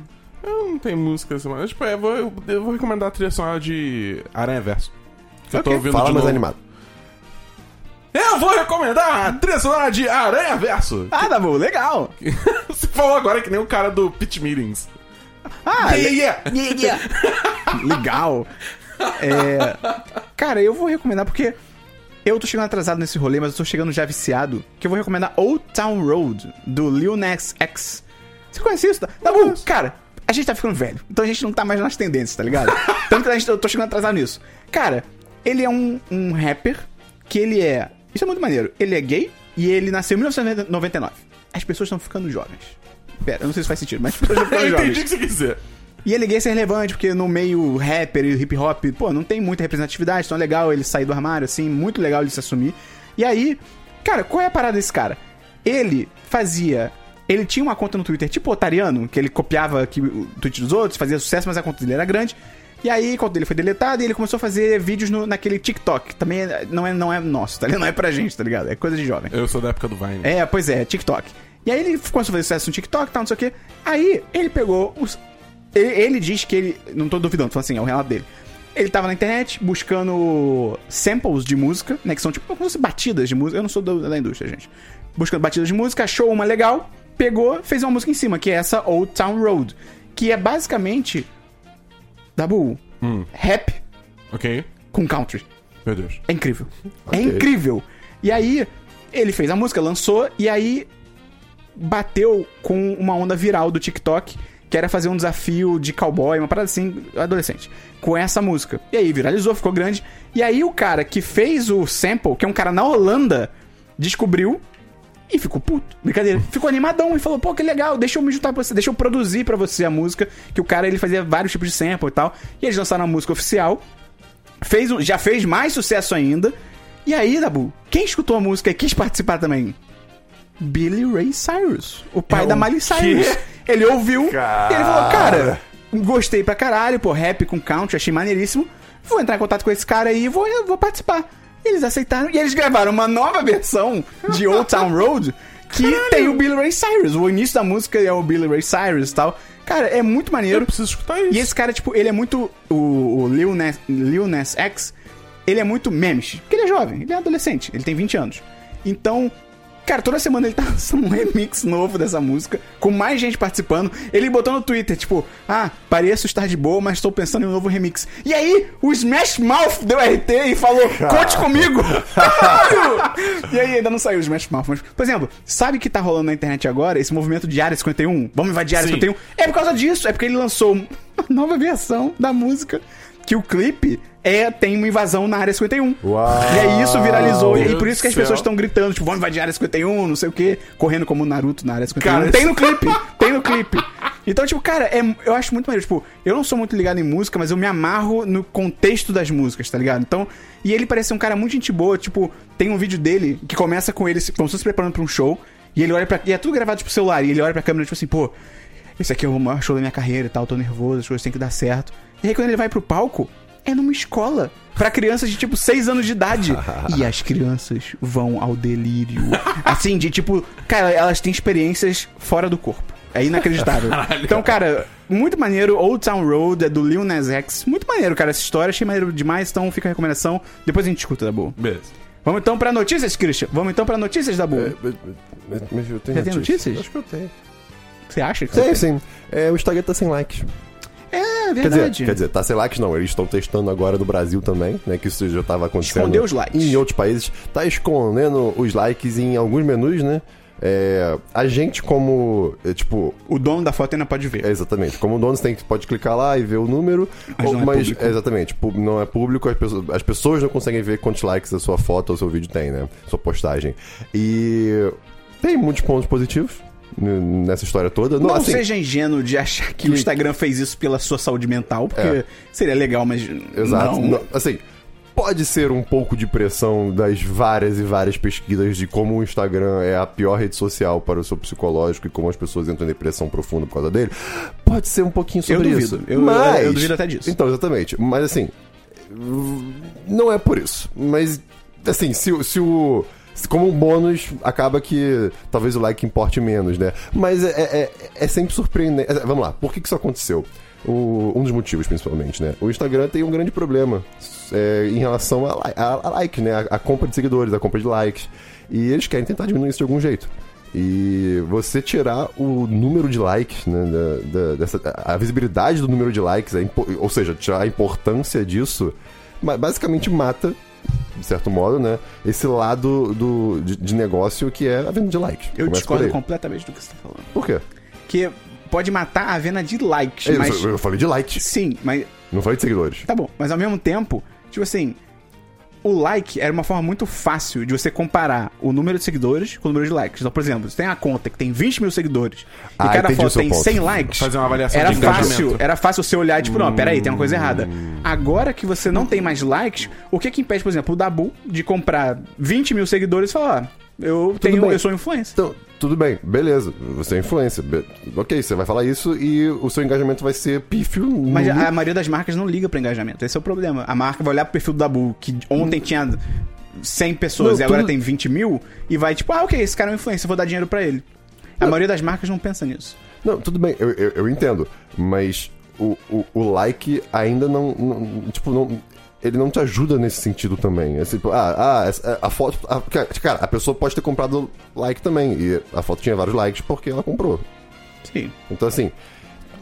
Eu não tenho música essa semana. Tipo, eu vou, eu, eu vou recomendar a trilha sonora de Aranha Verso. Que eu tô Ok. ouvindo Fala de mais novo. animado. Eu vou recomendar a trilha sonora de Aranha (laughs) Verso. Ah, Dabu, legal. Você falou agora que nem o cara do Pitch Meetings. é. Ah, Yeah, yeah, yeah. (laughs) legal. É, cara, eu vou recomendar porque eu tô chegando atrasado nesse rolê, mas eu tô chegando já viciado. Que eu vou recomendar Old Town Road do Lil Nas X. Você conhece isso? Tá tá bom, cara. A gente tá ficando velho, então a gente não tá mais nas tendências, tá (laughs) ligado? Tanto que a gente, eu tô chegando atrasado nisso. Cara, ele é um, um rapper que ele é. Isso é muito maneiro. Ele é gay e ele nasceu em 1999. As pessoas estão ficando jovens. Pera, eu não sei se faz sentido, mas as pessoas estão ficando (laughs) Eu jovens. entendi o que você quis dizer. E ele gay ser relevante, porque no meio rapper e hip hop, pô, não tem muita representatividade, então é legal ele sair do armário, assim, muito legal ele se assumir. E aí, cara, qual é a parada desse cara? Ele fazia. Ele tinha uma conta no Twitter tipo otariano, que ele copiava aqui o tweet dos outros, fazia sucesso, mas a conta dele era grande. E aí, a conta dele foi deletada e ele começou a fazer vídeos no- naquele TikTok. Também é- não é, não é nosso, tá ligado? Não é pra gente, tá ligado? É coisa de jovem. Eu sou da época do Vine. É, pois é, TikTok. E aí ele começou a fazer sucesso no TikTok e tal, não sei o quê. Aí ele pegou os. Ele, ele diz que ele. Não tô duvidando, tô assim, é o relato dele. Ele tava na internet buscando samples de música, né? Que são tipo como se fosse batidas de música. Eu não sou do- da indústria, gente. Buscando batidas de música, achou uma legal, pegou, fez uma música em cima, que é essa Old Town Road. Que é basicamente. Dabu. Rap Ok? com country. Meu Deus. É incrível. É incrível. E aí, ele fez a música, lançou, e aí bateu com uma onda viral do TikTok, que era fazer um desafio de cowboy, uma parada assim, adolescente, com essa música. E aí viralizou, ficou grande. E aí o cara que fez o sample, que é um cara na Holanda, descobriu e ficou puto. Brincadeira. Ficou animadão e falou: pô, que legal, deixa eu me juntar pra você, deixa eu produzir pra você a música. Que o cara ele fazia vários tipos de sample e tal. E eles lançaram a música oficial. Fez, um- já fez mais sucesso ainda. E aí, Dabu, quem escutou a música e quis participar também? Billy Ray Cyrus, É o pai da Miley Cyrus. (laughs) Ele ouviu e ele falou: Cara, gostei pra caralho, pô, rap com country, achei maneiríssimo. Vou entrar em contato com esse cara aí e vou, eu vou participar. Eles aceitaram e eles gravaram uma nova versão de Old Town Road que tem o Billy Ray Cyrus. O início da música é o Billy Ray Cyrus e tal. Cara, é muito maneiro. Eu preciso escutar isso. E esse cara, tipo, ele é muito. O, o Lil, Nas, Lil Nas X, ele é muito memes. Porque ele é jovem, ele é adolescente, ele tem 20 anos. Então, cara, toda semana ele tá (laughs) lançando um remix novo dessa música, com mais gente participando. Ele botou no Twitter, tipo, ah, pareço estar de boa, mas estou pensando em um novo remix. E aí, o Smash Mouth deu RT e falou: conte (laughs) comigo! e aí, ainda não saiu o Smash Mouth. Mas, por exemplo, sabe que tá rolando na internet agora esse movimento de Área 51? Vamos invadir a Área Sim. 51? É por causa disso, é porque ele lançou uma (laughs) nova versão da música que o clipe é tem uma invasão na área 51. Uau. E aí isso viralizou Meu e por isso que as Deus do pessoas céu. estão gritando, tipo, vamos invadir a área 51, não sei o quê, correndo como o Naruto na área 51. Cara, tem isso- no clipe, (laughs) tem no clipe. Então, tipo, cara, é- eu acho muito maneiro. Tipo, eu não sou muito ligado em música, mas eu me amarro no contexto das músicas, tá ligado? Então, e ele parece ser um cara muito gente boa. Tipo, tem um vídeo dele que começa com ele se- como se fosse preparando pra um show. E ele olha pra. E é tudo gravado pro celular. E ele olha pra câmera, tipo assim, pô, esse aqui é o maior show da minha carreira e tal, tô nervoso, as coisas têm que dar certo. E aí quando ele vai pro palco, é numa escola. Pra crianças de tipo 6 anos de (laughs) idade. e as crianças vão ao delírio. Assim, de tipo, cara, elas têm experiências fora do corpo. É (laughs) inacreditável. então, cara, muito maneiro. Old Town Road é do Lil Nas X. Muito maneiro, cara, essa história. Achei maneiro demais, então fica a recomendação. Depois a gente escuta, Dabu. Beleza. Vamos então pra notícias, Christian. Vamos então pra notícias, Dabu. É, mas- mas- mas eu tenho Você tem notícias? Acho que eu tenho. Você acha? que Sim, você- sim. É, o Instagram tá sem likes. É Quer verdade. dizer, quer dizer, tá sem likes não. Eles estão testando agora no Brasil também, né? Que isso já tava acontecendo. Esconder os likes. Em outros países. Tá escondendo os likes em alguns menus, né? É, a gente, como. é, tipo, O dono da foto ainda pode ver. É, exatamente. Como dono, você tem, que- pode clicar lá e ver o número. Mas ou- não é público. é, exatamente. pú- Não é público, as pessoas, as pessoas não conseguem ver quantos likes a sua foto ou seu vídeo tem, né? Sua postagem. E tem muitos pontos positivos n- nessa história toda. Não, Não assim, seja ingênuo de achar que o Instagram fez isso pela sua saúde mental, porque É. seria legal, mas. Exato. Não. Não, assim, pode ser um pouco de pressão das várias e várias pesquisas de como o Instagram é a pior rede social para o seu psicológico e como as pessoas entram em depressão profunda por causa dele. Pode ser um pouquinho sobre duvido. isso. Eu- eu- Mas... eu duvido até disso. Então, exatamente. Mas assim, não é por isso. Mas, assim, se, o- se o. se Como um bônus, acaba que talvez o like importe menos, né? Mas é, é, é- é sempre surpreendente. É, Vamos lá, por que, que isso aconteceu? o- um dos motivos, principalmente, né? O Instagram tem um grande problema é, em relação a, li- a- a like, né? A, a compra de seguidores, a compra de likes. E eles querem tentar diminuir isso de algum jeito. E você tirar o número de likes, né? da- da- dessa, a visibilidade do número de likes, a impo- ou seja, tirar a importância disso, ma- basicamente mata, de certo modo, né? Esse lado do, de, de negócio que é a venda de likes. Eu Começa por discordo aí. completamente do que você tá falando. Por quê? Que pode matar a venda de likes, Eu- mas. É eu, eu falei de likes, Sim, mas. não falei de seguidores. Tá bom. Mas ao mesmo tempo, tipo assim. O like era uma forma muito fácil de você comparar o número de seguidores com o número de likes. Então, por exemplo, você tem uma conta que tem 20 mil seguidores e Ah, cada entendi o foto seu tem ponto. 100 likes. Fazer uma avaliação era de fácil, engajamento. era fácil você olhar e tipo, não, peraí, tem uma coisa errada. Agora que você não tem mais likes, o que que impede, por exemplo, o Dabu de comprar 20 mil seguidores e falar, ó, eu, tenho, bem. eu sou influencer? Então, tudo bem, beleza. Você é influencer. be- ok, você vai falar isso e o seu engajamento vai ser pífio. Mas nulo. a maioria das marcas não liga pra engajamento. Esse é o problema. A marca vai olhar pro perfil do Dabu, que ontem tinha 100 pessoas Não, e agora tudo- tem 20 mil, e vai tipo, ah, ok, esse cara é um influencer, vou dar dinheiro pra ele. A maioria das marcas não pensa nisso. Não, tudo bem, eu, eu, eu entendo. Mas o, o, o like ainda não, não- Tipo, não. Ele não te ajuda nesse sentido também. É tipo, ah, ah, essa- a foto. a- cara, a pessoa pode ter comprado like também. E a foto tinha vários likes porque ela comprou. Sim. Então, assim.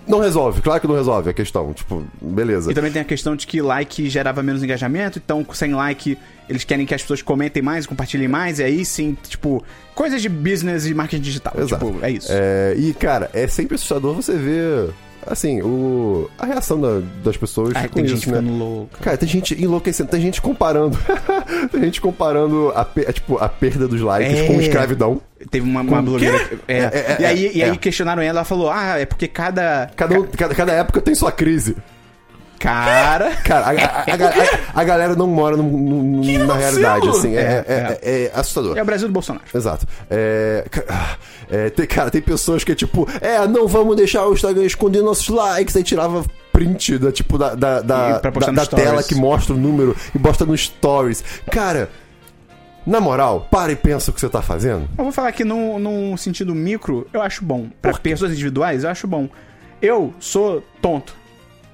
Não resolve, claro que não resolve a questão. Tipo, beleza. E também tem a questão de que like gerava menos engajamento, então sem like eles querem que as pessoas comentem mais, compartilhem mais, e aí sim, tipo, coisas de business e marketing digital. Exato. Tipo, é isso. É, e, cara, é sempre assustador você ver, assim, o, a reação da- das pessoas Ai, com Ah, tem gente isso, né? ficando louca. Cara, tem gente enlouquecendo, tem gente comparando. (laughs) tem gente comparando a, pe- tipo, a perda dos likes É. com escravidão. Teve uma, uma blogueira. que- é. É, é, e aí, é, e aí é. questionaram ela, ela falou: Ah, é porque cada. Cada, um- cada, cada época tem sua crise. Cara. Cara, a, a- a- a- a galera não mora num- num- na realidade, assim. É, é- é- é assustador. É o Brasil do Bolsonaro. Exato. É, ca- ah, é, tem, cara, tem pessoas que é tipo, é, não vamos deixar o Instagram esconder nossos likes. Aí tirava print da, tipo, da, da, da, E pra postar da- no da stories. tela que mostra o número e bosta no stories. Cara, na moral, para e pensa o que você tá fazendo. Eu vou falar que num, num sentido micro, eu acho bom. Pra pessoas individuais, eu acho bom. Eu sou tonto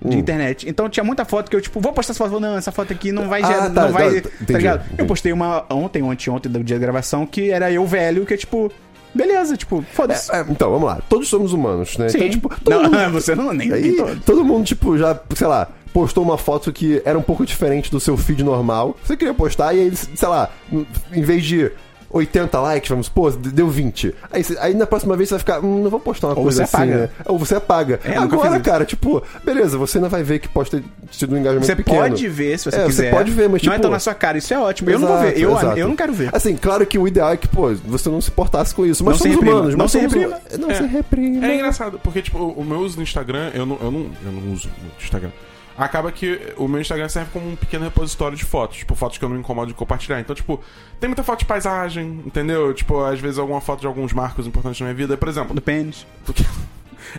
Hum. de internet. Então tinha muita foto que eu, tipo, vou postar essa foto. Não, essa foto aqui não vai Ah, gerar. tá, não vai. tá, Tá, tá, entendi, ligado? Eu entendi. postei uma ontem, ontem, ontem, do dia da gravação, que era eu velho, que é tipo, beleza, tipo, foda-se. É, então, vamos lá. Todos somos humanos, né? Sim. Então- Então, tipo, todo não, (laughs) mundo- você não nem, nem Aí, todo. todo mundo, tipo, já, sei lá, postou uma foto que era um pouco diferente do seu feed normal. Você queria postar e aí, sei lá, em vez de 80 likes, vamos supor, deu 20. Aí, você- aí na próxima vez você vai ficar, hum, não vou postar uma Ou coisa você assim, apaga. né? Ou você apaga. É, nunca fiz Agora, isso. cara, tipo, beleza, você ainda vai ver que pode ter tido um engajamento Você pequeno. pode ver se você É, quiser. Você pode ver, mas Não tipo... é tão na sua cara, isso é ótimo. Eu não vou ver. Exato, Eu, exato. eu não quero ver. Assim, claro que o ideal é que, pô, você não se portasse com isso. Mas Não se somos reprima, humanos, não mas se somos reprima. hum- Não se reprima. É engraçado, porque, tipo, o meu uso no Instagram, eu não, eu não, eu não uso muito Instagram. Acaba que o meu Instagram serve como um pequeno repositório de fotos, tipo, fotos que eu não me incomodo de compartilhar. Então, tipo, tem muita foto de paisagem, entendeu? Tipo, às vezes alguma foto de alguns marcos importantes na minha vida. Por exemplo, Do pênis. porque-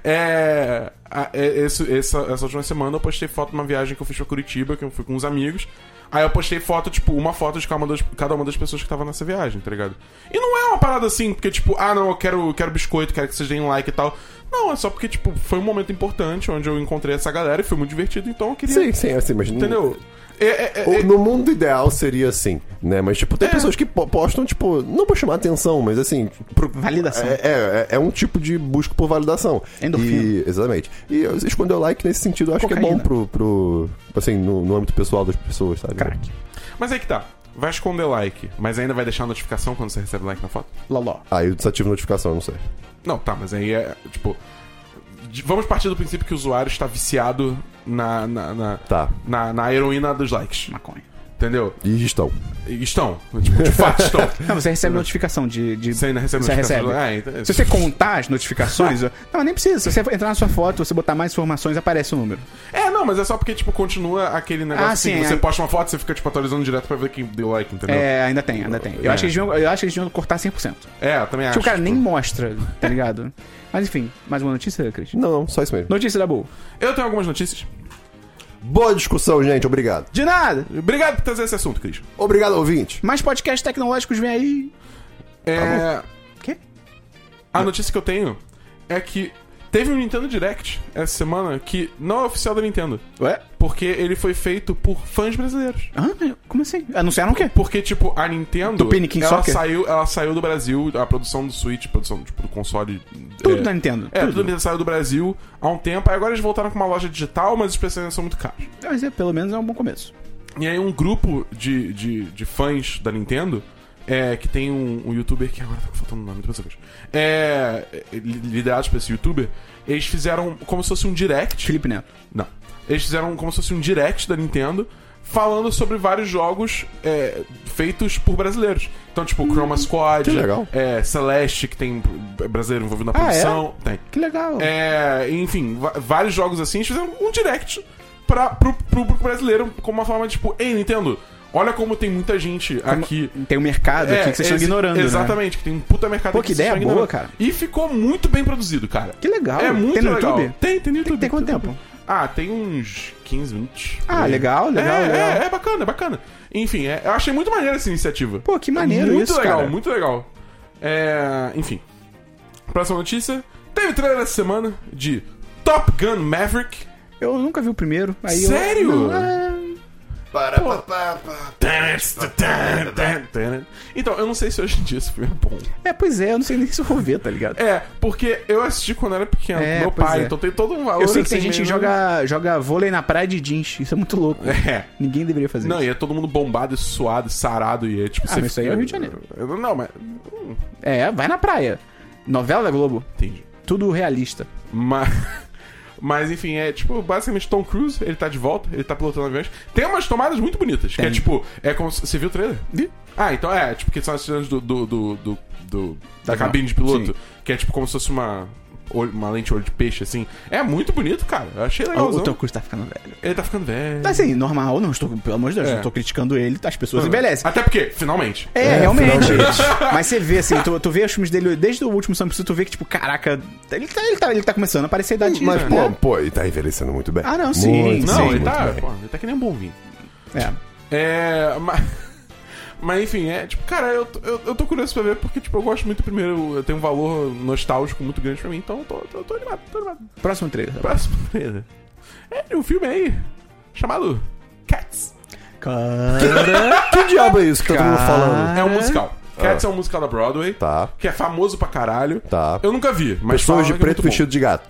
É. a- é- esse- essa, essa última semana eu postei foto de uma viagem que eu fiz pra Curitiba, que eu fui com uns amigos. Aí eu postei foto, tipo, uma foto de cada uma das, cada uma das pessoas que tava nessa viagem, tá ligado? E não é uma parada assim, porque, tipo, ah, não, eu quero, quero biscoito, quero que vocês deem like e tal. Não, é só porque, tipo, foi um momento importante onde eu encontrei essa galera e foi muito divertido, então eu queria. Sim, sim, assim, mas... Entendeu? É- é- é- Ou, no mundo ideal seria assim, né? Mas, tipo, É. tem pessoas que po- postam, tipo, não pra chamar atenção, mas assim. pro- Validação. É, é, é um tipo de busca por validação. Endorfina. E, exatamente. E eu- esconder o like nesse sentido, eu acho que é Cocaína. bom pro. pro assim, no, no âmbito pessoal das pessoas, sabe? Crack. Mas aí que tá. Vai esconder like, mas ainda vai deixar a notificação quando você recebe like na foto? Loló. Ah, eu desativo notificação, eu não sei. Não, tá, mas aí é, tipo... de- Vamos partir do princípio que o usuário está viciado na, na, na, Tá. na, na heroína dos likes, Maconha. entendeu? E estão. E Estão, tipo, de fato (laughs) estão. Não, você recebe notificação de. de... Você ainda recebe Você notificação? recebe. Ah, então- Se você contar as (laughs) notificações. eu- não, nem precisa. Se você entrar na sua foto, você botar mais informações, aparece o número. É, não, mas é só porque, tipo, continua aquele negócio Ah, assim, sim, você é. posta uma foto, você fica, tipo, atualizando direto pra ver quem deu like, entendeu? É, É, ainda tem, ainda tem. Eu, É. acho que eles deviam, eu acho que eles deviam cortar 100%. eu também acho. Tipo, o cara nem tipo. mostra, tá (laughs) ligado? Mas enfim, mais uma notícia, Cris? Não, não, só isso mesmo. Notícia da boa. Eu tenho algumas notícias. Boa discussão, gente. Obrigado. De nada! Obrigado por trazer esse assunto, Cris. Obrigado, ouvinte. Mais podcasts tecnológicos vem aí. É... Quê? A notícia que eu tenho é que Teve um Nintendo Direct essa semana que não é oficial da Nintendo. Ué? Porque ele foi feito por fãs brasileiros. Hã? Como assim? Anunciaram o quê? Porque, tipo, a Nintendo. Do Piniquim ela Soccer? saiu, ela saiu do Brasil, a produção do Switch, produção tipo, do console. Tudo é, da Nintendo. É, tudo, tudo. tudo saiu do Brasil há um tempo. Aí agora eles voltaram com uma loja digital, mas os preços ainda são muito caros. Mas é, pelo menos é um bom começo. E aí um grupo de, de, de fãs da Nintendo, é, que tem um, um youtuber que agora tá faltando o nome, depois eu vejo. É, li- liderados por esse youtuber, eles fizeram como se fosse um direct. Felipe Neto. Não. Eles fizeram como se fosse um direct da Nintendo falando sobre vários jogos é, feitos por brasileiros. Então, tipo, Chroma Squad, que legal. é, Celeste, que tem brasileiro envolvido na Ah, é? produção. Tem. Que legal. É, enfim, va- vários jogos assim, eles fizeram um direct pra, pro pro público brasileiro como uma forma de, tipo, ei, Nintendo, olha como tem muita gente aqui. Tem um mercado aqui que vocês estão ex- ignorando. né? É, Exatamente, que tem um puta mercado Pô, aqui que vocês ideia estão boa, ignorando. cara. E ficou muito bem produzido, cara. Que legal. É muito Tem no legal. YouTube? Tem, tem no YouTube. tem quanto no tempo? YouTube. Ah, tem uns 15 minutos. Ah, legal, legal, é, legal. É, é bacana, é bacana. Enfim, é- eu achei muito maneiro essa iniciativa. Pô, que maneiro É muito isso, legal, cara. Muito legal, É, Enfim. Próxima notícia. Teve trailer essa semana de Top Gun Maverick. Eu nunca vi o primeiro. Aí Sério? Eu... Não, é- Para, pa, pa, pa. Então, eu não sei se hoje em dia esse filme é bom. É, pois é, eu não sei nem se eu vou ver, tá ligado? É, porque eu assisti quando era pequeno, É, com meu pois pai, é. então tem todo um valor Eu sei que tem assim, gente que meio- joga, joga vôlei na praia de jeans. Isso é muito louco. (laughs) É. Ninguém deveria fazer Não, isso. e é todo mundo bombado, e suado, e sarado e é tipo. Ah, mas isso aí é o Rio de Janeiro. Eu- Não, mas. É, vai na praia. Novela da Globo. Entendi. Tudo realista. Mas. (laughs) Mas enfim, é tipo, basicamente Tom Cruise, ele tá de volta, ele tá pilotando aviões. Tem umas tomadas muito bonitas, que é Tem. tipo, é como. se- Você viu o trailer? Vi. Ah, então é, tipo, que são as cenas do. do, do, do- do- da Tá, cabine não. de piloto, Sim. que é tipo como se fosse uma. olho- Uma lente olho de peixe, assim. É muito bonito, cara. Eu achei O, o legalzão. Tom Cruise tá ficando velho. Ele tá ficando velho. Mas assim, normal, não estou, pelo amor de Deus, É. Ah, não tô criticando ele, tá, as pessoas envelhecem. Até porque, finalmente. É, realmente. Mas você vê, assim, tu, tu vê os filmes dele desde o último Sam Precisa, tu vê que, tipo, caraca, ele tá, ele tá, ele tá começando a parecer a idade. Mas, né? pô, pô, ele tá envelhecendo muito bem. Ah, não, sim, Muito, Não, sim, muito ele tá. bem. Pô, ele tá que nem um bom vinho. É. É. Mas, (laughs) mas enfim, é tipo, cara, eu, tô- eu, eu tô curioso pra ver porque, tipo, eu gosto muito primeiro, eu tenho um valor nostálgico muito grande pra mim, então eu tô, tô, tô animado, tô animado. Próximo trailer. Próximo (laughs) trailer. É de um filme aí, chamado Cats. Que diabo é isso que tá todo mundo falando? Ah, É um musical. Cats é um musical da Broadway, Ah. Tá. que é famoso pra caralho. Tá. Eu nunca vi, mas Pessoas de falam que é preto muito bom. vestido de gato.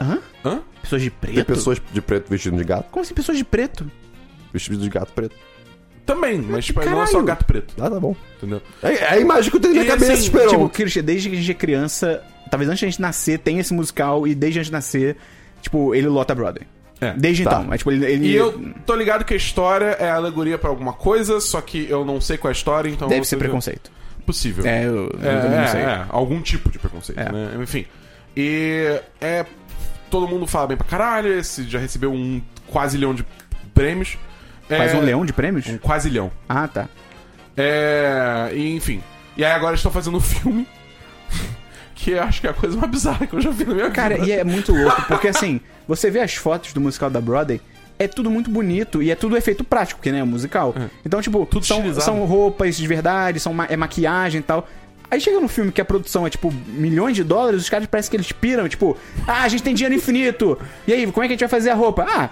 Hã? Hã? Pessoas de Tem preto? pessoas de preto vestido de gato? Como assim, pessoas de preto? Vestido de gato preto. Também, mas tipo, não é só caralho. gato preto, Ah, tá bom. entendeu? É, é a imagem que eu tenho na E, cabeça, assim, Esperon. Tipo, Christian, desde que a gente é criança, talvez antes de a gente nascer, tem esse musical e desde antes de nascer, tipo, ele lota Broadway. É, Desde tá. então. É, tipo, ele, ele- E eu tô ligado que a história é alegoria pra alguma coisa, só que eu não sei qual é a história, então. eu Deve não ser sei- preconceito. Possível. É, eu, É, eu também é, não sei. é, algum tipo de preconceito, É. né? Enfim. E é. Todo mundo fala bem pra caralho, esse já recebeu um quase leão de prêmios. Faz É, um leão de prêmios? Um quase leão. Ah, tá. É. E enfim. E aí agora estou fazendo um filme. (laughs) que eu acho que é a coisa mais bizarra que eu já vi na minha Cara, vida. e é muito louco, porque assim, você vê as fotos do musical da Broadway, é tudo muito bonito e é tudo efeito prático, que né, é um musical. Então, tipo, Tudo são, estilizado. são roupas de verdade, são ma- é maquiagem e tal. Aí chega no filme que a produção é, tipo, milhões de dólares, os caras parecem que eles piram, tipo, ah, a gente tem dinheiro infinito. E aí, como é que a gente vai fazer a roupa? Ah,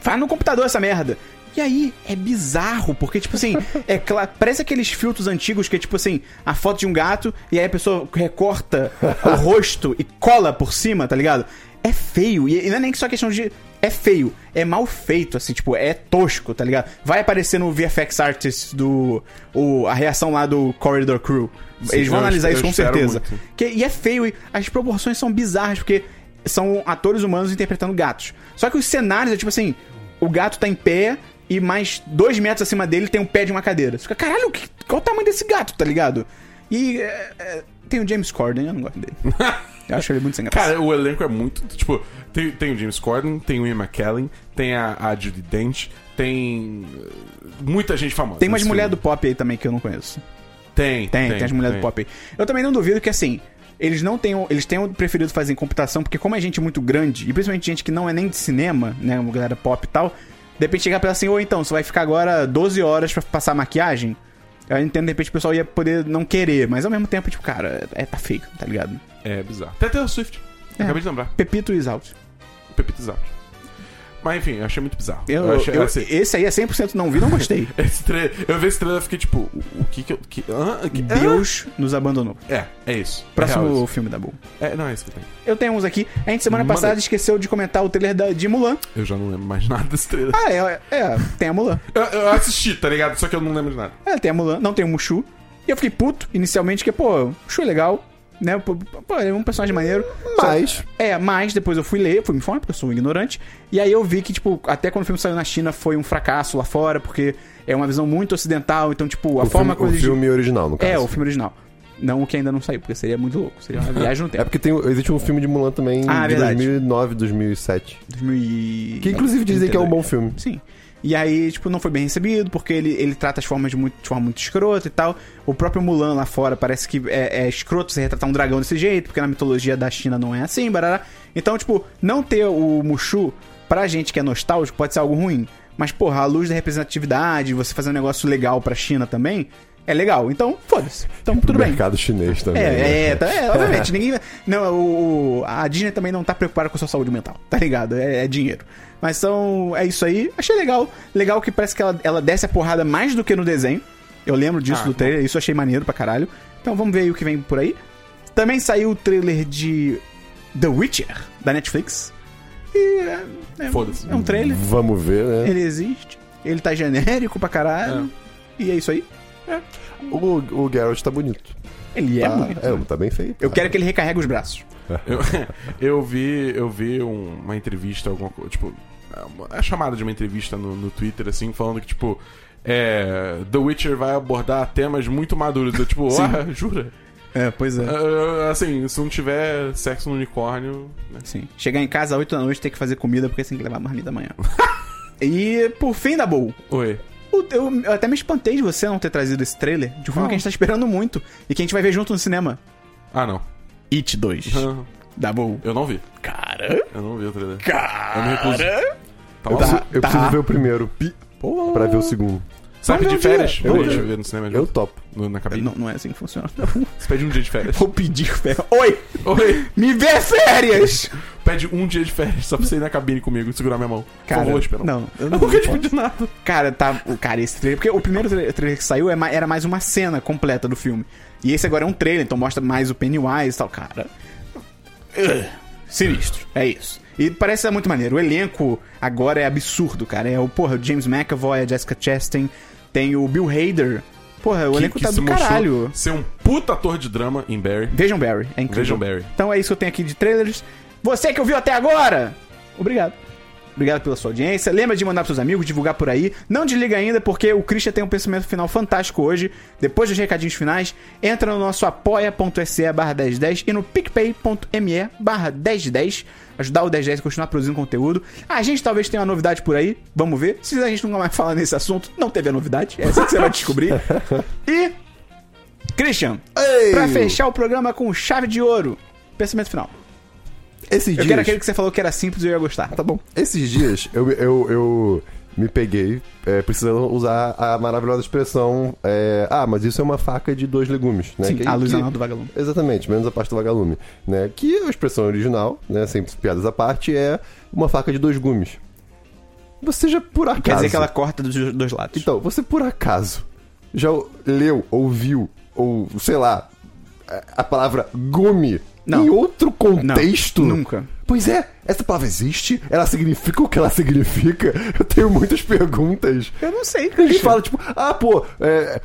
Faz no computador essa merda. E aí, é bizarro, porque, tipo (laughs) assim, é claro, parece aqueles filtros antigos que é tipo assim, a foto de um gato, e aí a pessoa recorta (laughs) o rosto e cola por cima, tá ligado? É feio, e e não é nem só questão de. É feio, é mal feito, assim, tipo, é tosco, tá ligado? Vai aparecer no VFX Artist do. O, a reação lá do Corridor Crew. Eles vão eu analisar es- isso eu com espero certeza. muito. Que- e é feio, e as proporções são bizarras, porque são atores humanos interpretando gatos. Só que os cenários é tipo assim: o gato tá em pé e mais dois metros acima dele tem um pé de uma cadeira. Você fica, caralho, que- qual o tamanho desse gato, tá ligado? E é, é, tem o James Corden, eu não gosto dele. Eu acho ele muito sem graça. (laughs) Cara, o elenco é muito. Tipo, tem, tem o James Corden, tem o Ian McKellen, tem a, a Judy Dench, tem. eh, Muita gente famosa. tem umas nesse mulheres do filme. pop aí também que eu não conheço. Tem, Tem, tem, as mulheres do pop aí. Eu também não duvido que assim. Eles não tenham. Eles tenham preferido fazer em computação, porque como é gente muito grande, e principalmente gente que não é nem de cinema, né? Uma galera pop e tal, de repente chegar pra ela assim, ou então, você vai ficar agora 12 horas pra passar maquiagem. Eu entendo, de repente, o pessoal ia poder não querer, mas ao mesmo tempo, tipo, cara, é, tá feio, tá ligado? É bizarro. Até Taylor Swift. Eu acabei de lembrar. Pepito is out. Pepito Zap. Mas enfim, eu achei muito bizarro. Eu, achei eu- assim. Esse aí é 100% não vi, não gostei. Esse trailer, eu vi esse trailer e fiquei tipo, o, o que que eu. Que, hã? Que- hã? Deus nos abandonou. É, é isso. É real Próximo isso. filme da Bull. É, não, é isso que eu tenho. Eu tenho uns aqui. A gente semana Manda passada aí. esqueceu de comentar o trailer da, de Mulan. Eu já não lembro mais (laughs) nada desse trailer. Ah, é, é. Tem a Mulan. Eu, eu assisti, tá ligado? Só que eu não lembro de nada. É, tem a Mulan. Não, tem o Mushu. E eu fiquei puto inicialmente, que, pô, Mushu é legal. Né? Pô, pô, ele é um personagem maneiro. Mas. É, mas depois eu fui ler, fui me informar, porque eu sou um ignorante. E aí eu vi que, tipo, até quando o filme saiu na China foi um fracasso lá fora, porque é uma visão muito ocidental. Então, tipo, a O forma filme, como o eles. filme original, no caso. É, o filme original. Não o que ainda não saiu, porque seria muito louco. Seria (laughs) uma viagem no É tempo. porque tem, existe um filme de Mulan também Ah, de verdade. 2009, 2007. 2000 e- Que inclusive dizem que é um bom filme. Sim. E aí, tipo, não foi bem recebido, porque ele, ele trata as formas de, muito, de forma muito escrota e tal. O próprio Mulan lá fora parece que é, é escroto você retratar um dragão desse jeito, porque na mitologia da China não é assim, barará. Então, tipo, não ter o Mushu pra gente que é nostálgico pode ser algo ruim. Mas, porra, à luz da representatividade, você fazer um negócio legal pra China também, é legal. Então, foda-se. Então, tudo bem. mercado chinês também. né? É, é, tá- é, (laughs) obviamente, ninguém. Não, o, o- a Disney também não tá preocupada com a sua saúde mental, tá ligado? É, é dinheiro. Mas são. É isso aí. Achei legal. Legal que parece que ela, ela desce a porrada mais do que no desenho. Eu lembro disso Ah, do bom. trailer, isso eu achei maneiro pra caralho. Então vamos ver aí o que vem por aí. Também saiu o trailer de The Witcher, da Netflix. E. É, é- Foda-se. é um trailer. Vamos ver, né? Ele existe. Ele tá genérico pra caralho. E é isso aí. O, o Geralt tá bonito. Ele é tá, bonito. é, tá bem feito. Eu quero que ele recarregue os braços. Eu, (laughs) eu vi, eu vi um- uma entrevista, alguma coisa, tipo, uma- a chamada de uma entrevista no, no Twitter, assim, falando que, tipo, é, The Witcher vai abordar temas muito maduros. Eu, tipo, ah, jura? É, pois é. Ah, assim, se não tiver sexo no unicórnio. né? Sim. Chegar em casa às 8 da noite, ter que fazer comida porque tem que levar marmita amanhã. (laughs) e por fim, da Bull. Oi. Eu, eu até me espantei de você não ter trazido esse trailer de um filme que a gente tá esperando muito e que a gente vai ver junto no cinema. Ah, não. (laughs) It 2. Ah, da Bull. Eu não vi. Cara. Eu não vi o trailer. Eu me Cara. recuso. Eu, Tá. preciso, eu tá. preciso ver o primeiro. Pi, pra ver o segundo. Você vai Vamos pedir ver um férias? dia. Eu Vamos deixa ver. ver no cinema. Eu junto. topo. No- na cabine. Não, não é assim que funciona. Você pede um dia de férias. Vou pedir férias. (laughs) Oi! Oi. Me vê férias! Pede um dia de férias só pra você ir na cabine comigo e segurar minha mão. Cara, Por favor, espera. não, eu não Eu não nunca vou. te pedi nada. Cara, tá. Cara, esse trailer. Porque o primeiro tra- trailer que saiu é ma- era mais uma cena completa do filme. E esse agora é um trailer, então mostra mais o Pennywise e tal, cara. Ugh, Sinistro. É isso. E parece ser muito maneiro. O elenco agora é absurdo, cara. É o, porra, o James McAvoy, a Jessica Chastain, tem o Bill Hader. Porra, o elenco tá se do mostrou caralho. Ser um puta ator de drama em Barry. Vejam Barry, é incrível. Vejam Barry. Então é isso que eu tenho aqui de trailers. Você que ouviu até agora, obrigado. Obrigado pela sua audiência. Lembra de mandar pros seus amigos, divulgar por aí. Não desliga ainda, porque o Christian tem um pensamento final fantástico hoje. Depois dos recadinhos finais, entra no nosso apoia.se barra 1010 e no picpay.me barra 1010. Ajudar o 1010 a continuar produzindo conteúdo. A gente talvez tenha uma novidade por aí, vamos ver. Se a gente nunca mais falar nesse assunto, não teve a novidade. É assim que você vai (laughs) descobrir. E Christian, pra fechar o programa com chave de ouro, pensamento final. Esses Eu dias. quero aquele que você falou que era simples e eu ia gostar. Tá bom. Esses dias eu, eu, eu me peguei é, precisando usar a maravilhosa expressão. é, ah, mas isso é uma faca de dois legumes, né? Sim, Que- a luz que- anal do vagalume. Exatamente, menos a parte do vagalume, né? Que a expressão original, né, sem piadas à parte, é uma faca de dois gumes. Você já por acaso... Quer dizer que ela corta dos dois lados. Então, você por acaso já leu, ouviu, ou sei lá, a- a palavra gume Não. em outro contexto? Não, nunca. Pois é, essa palavra existe? Ela significa o que ela (laughs) significa? Eu tenho muitas perguntas. Eu não sei, Ele Christian. fala, tipo, ah, pô, é,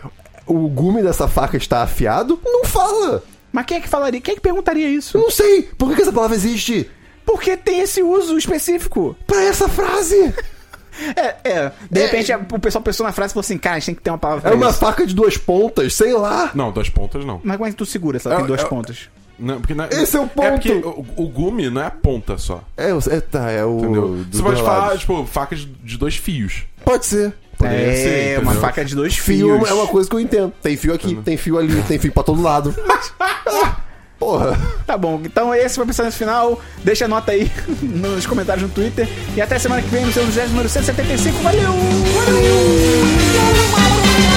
o gume dessa faca está afiado? Não fala! Mas quem é que falaria? Quem é que perguntaria Eu isso? não sei! Por que que essa palavra existe? Porque tem esse uso específico. Pra essa frase! É, é. De repente a- o pessoal pensou na frase e falou assim: cara, a gente tem que ter uma palavra É pra uma isso. faca de duas pontas, sei lá! Não, duas pontas não. Mas como é que tu segura se ela tem É, duas é- pontas? Não, porque na- Esse é o É ponto. porque o, o gume não é a ponta só. É, o- é tá, é o. Entendeu? dos Você pode dois falar, lados. tipo, facas de dois fios. Pode ser. Pode É, ser, uma entendeu? faca de dois Fio fios. é uma coisa que eu entendo. Tem fio aqui, tem fio ali, tem fio pra todo lado. Ah, Porra. Tá bom, então esse foi o pensamento final. Deixa a nota aí (laughs) nos comentários no Twitter. E até semana que vem no seu 200 número 175. Valeu! Valeu!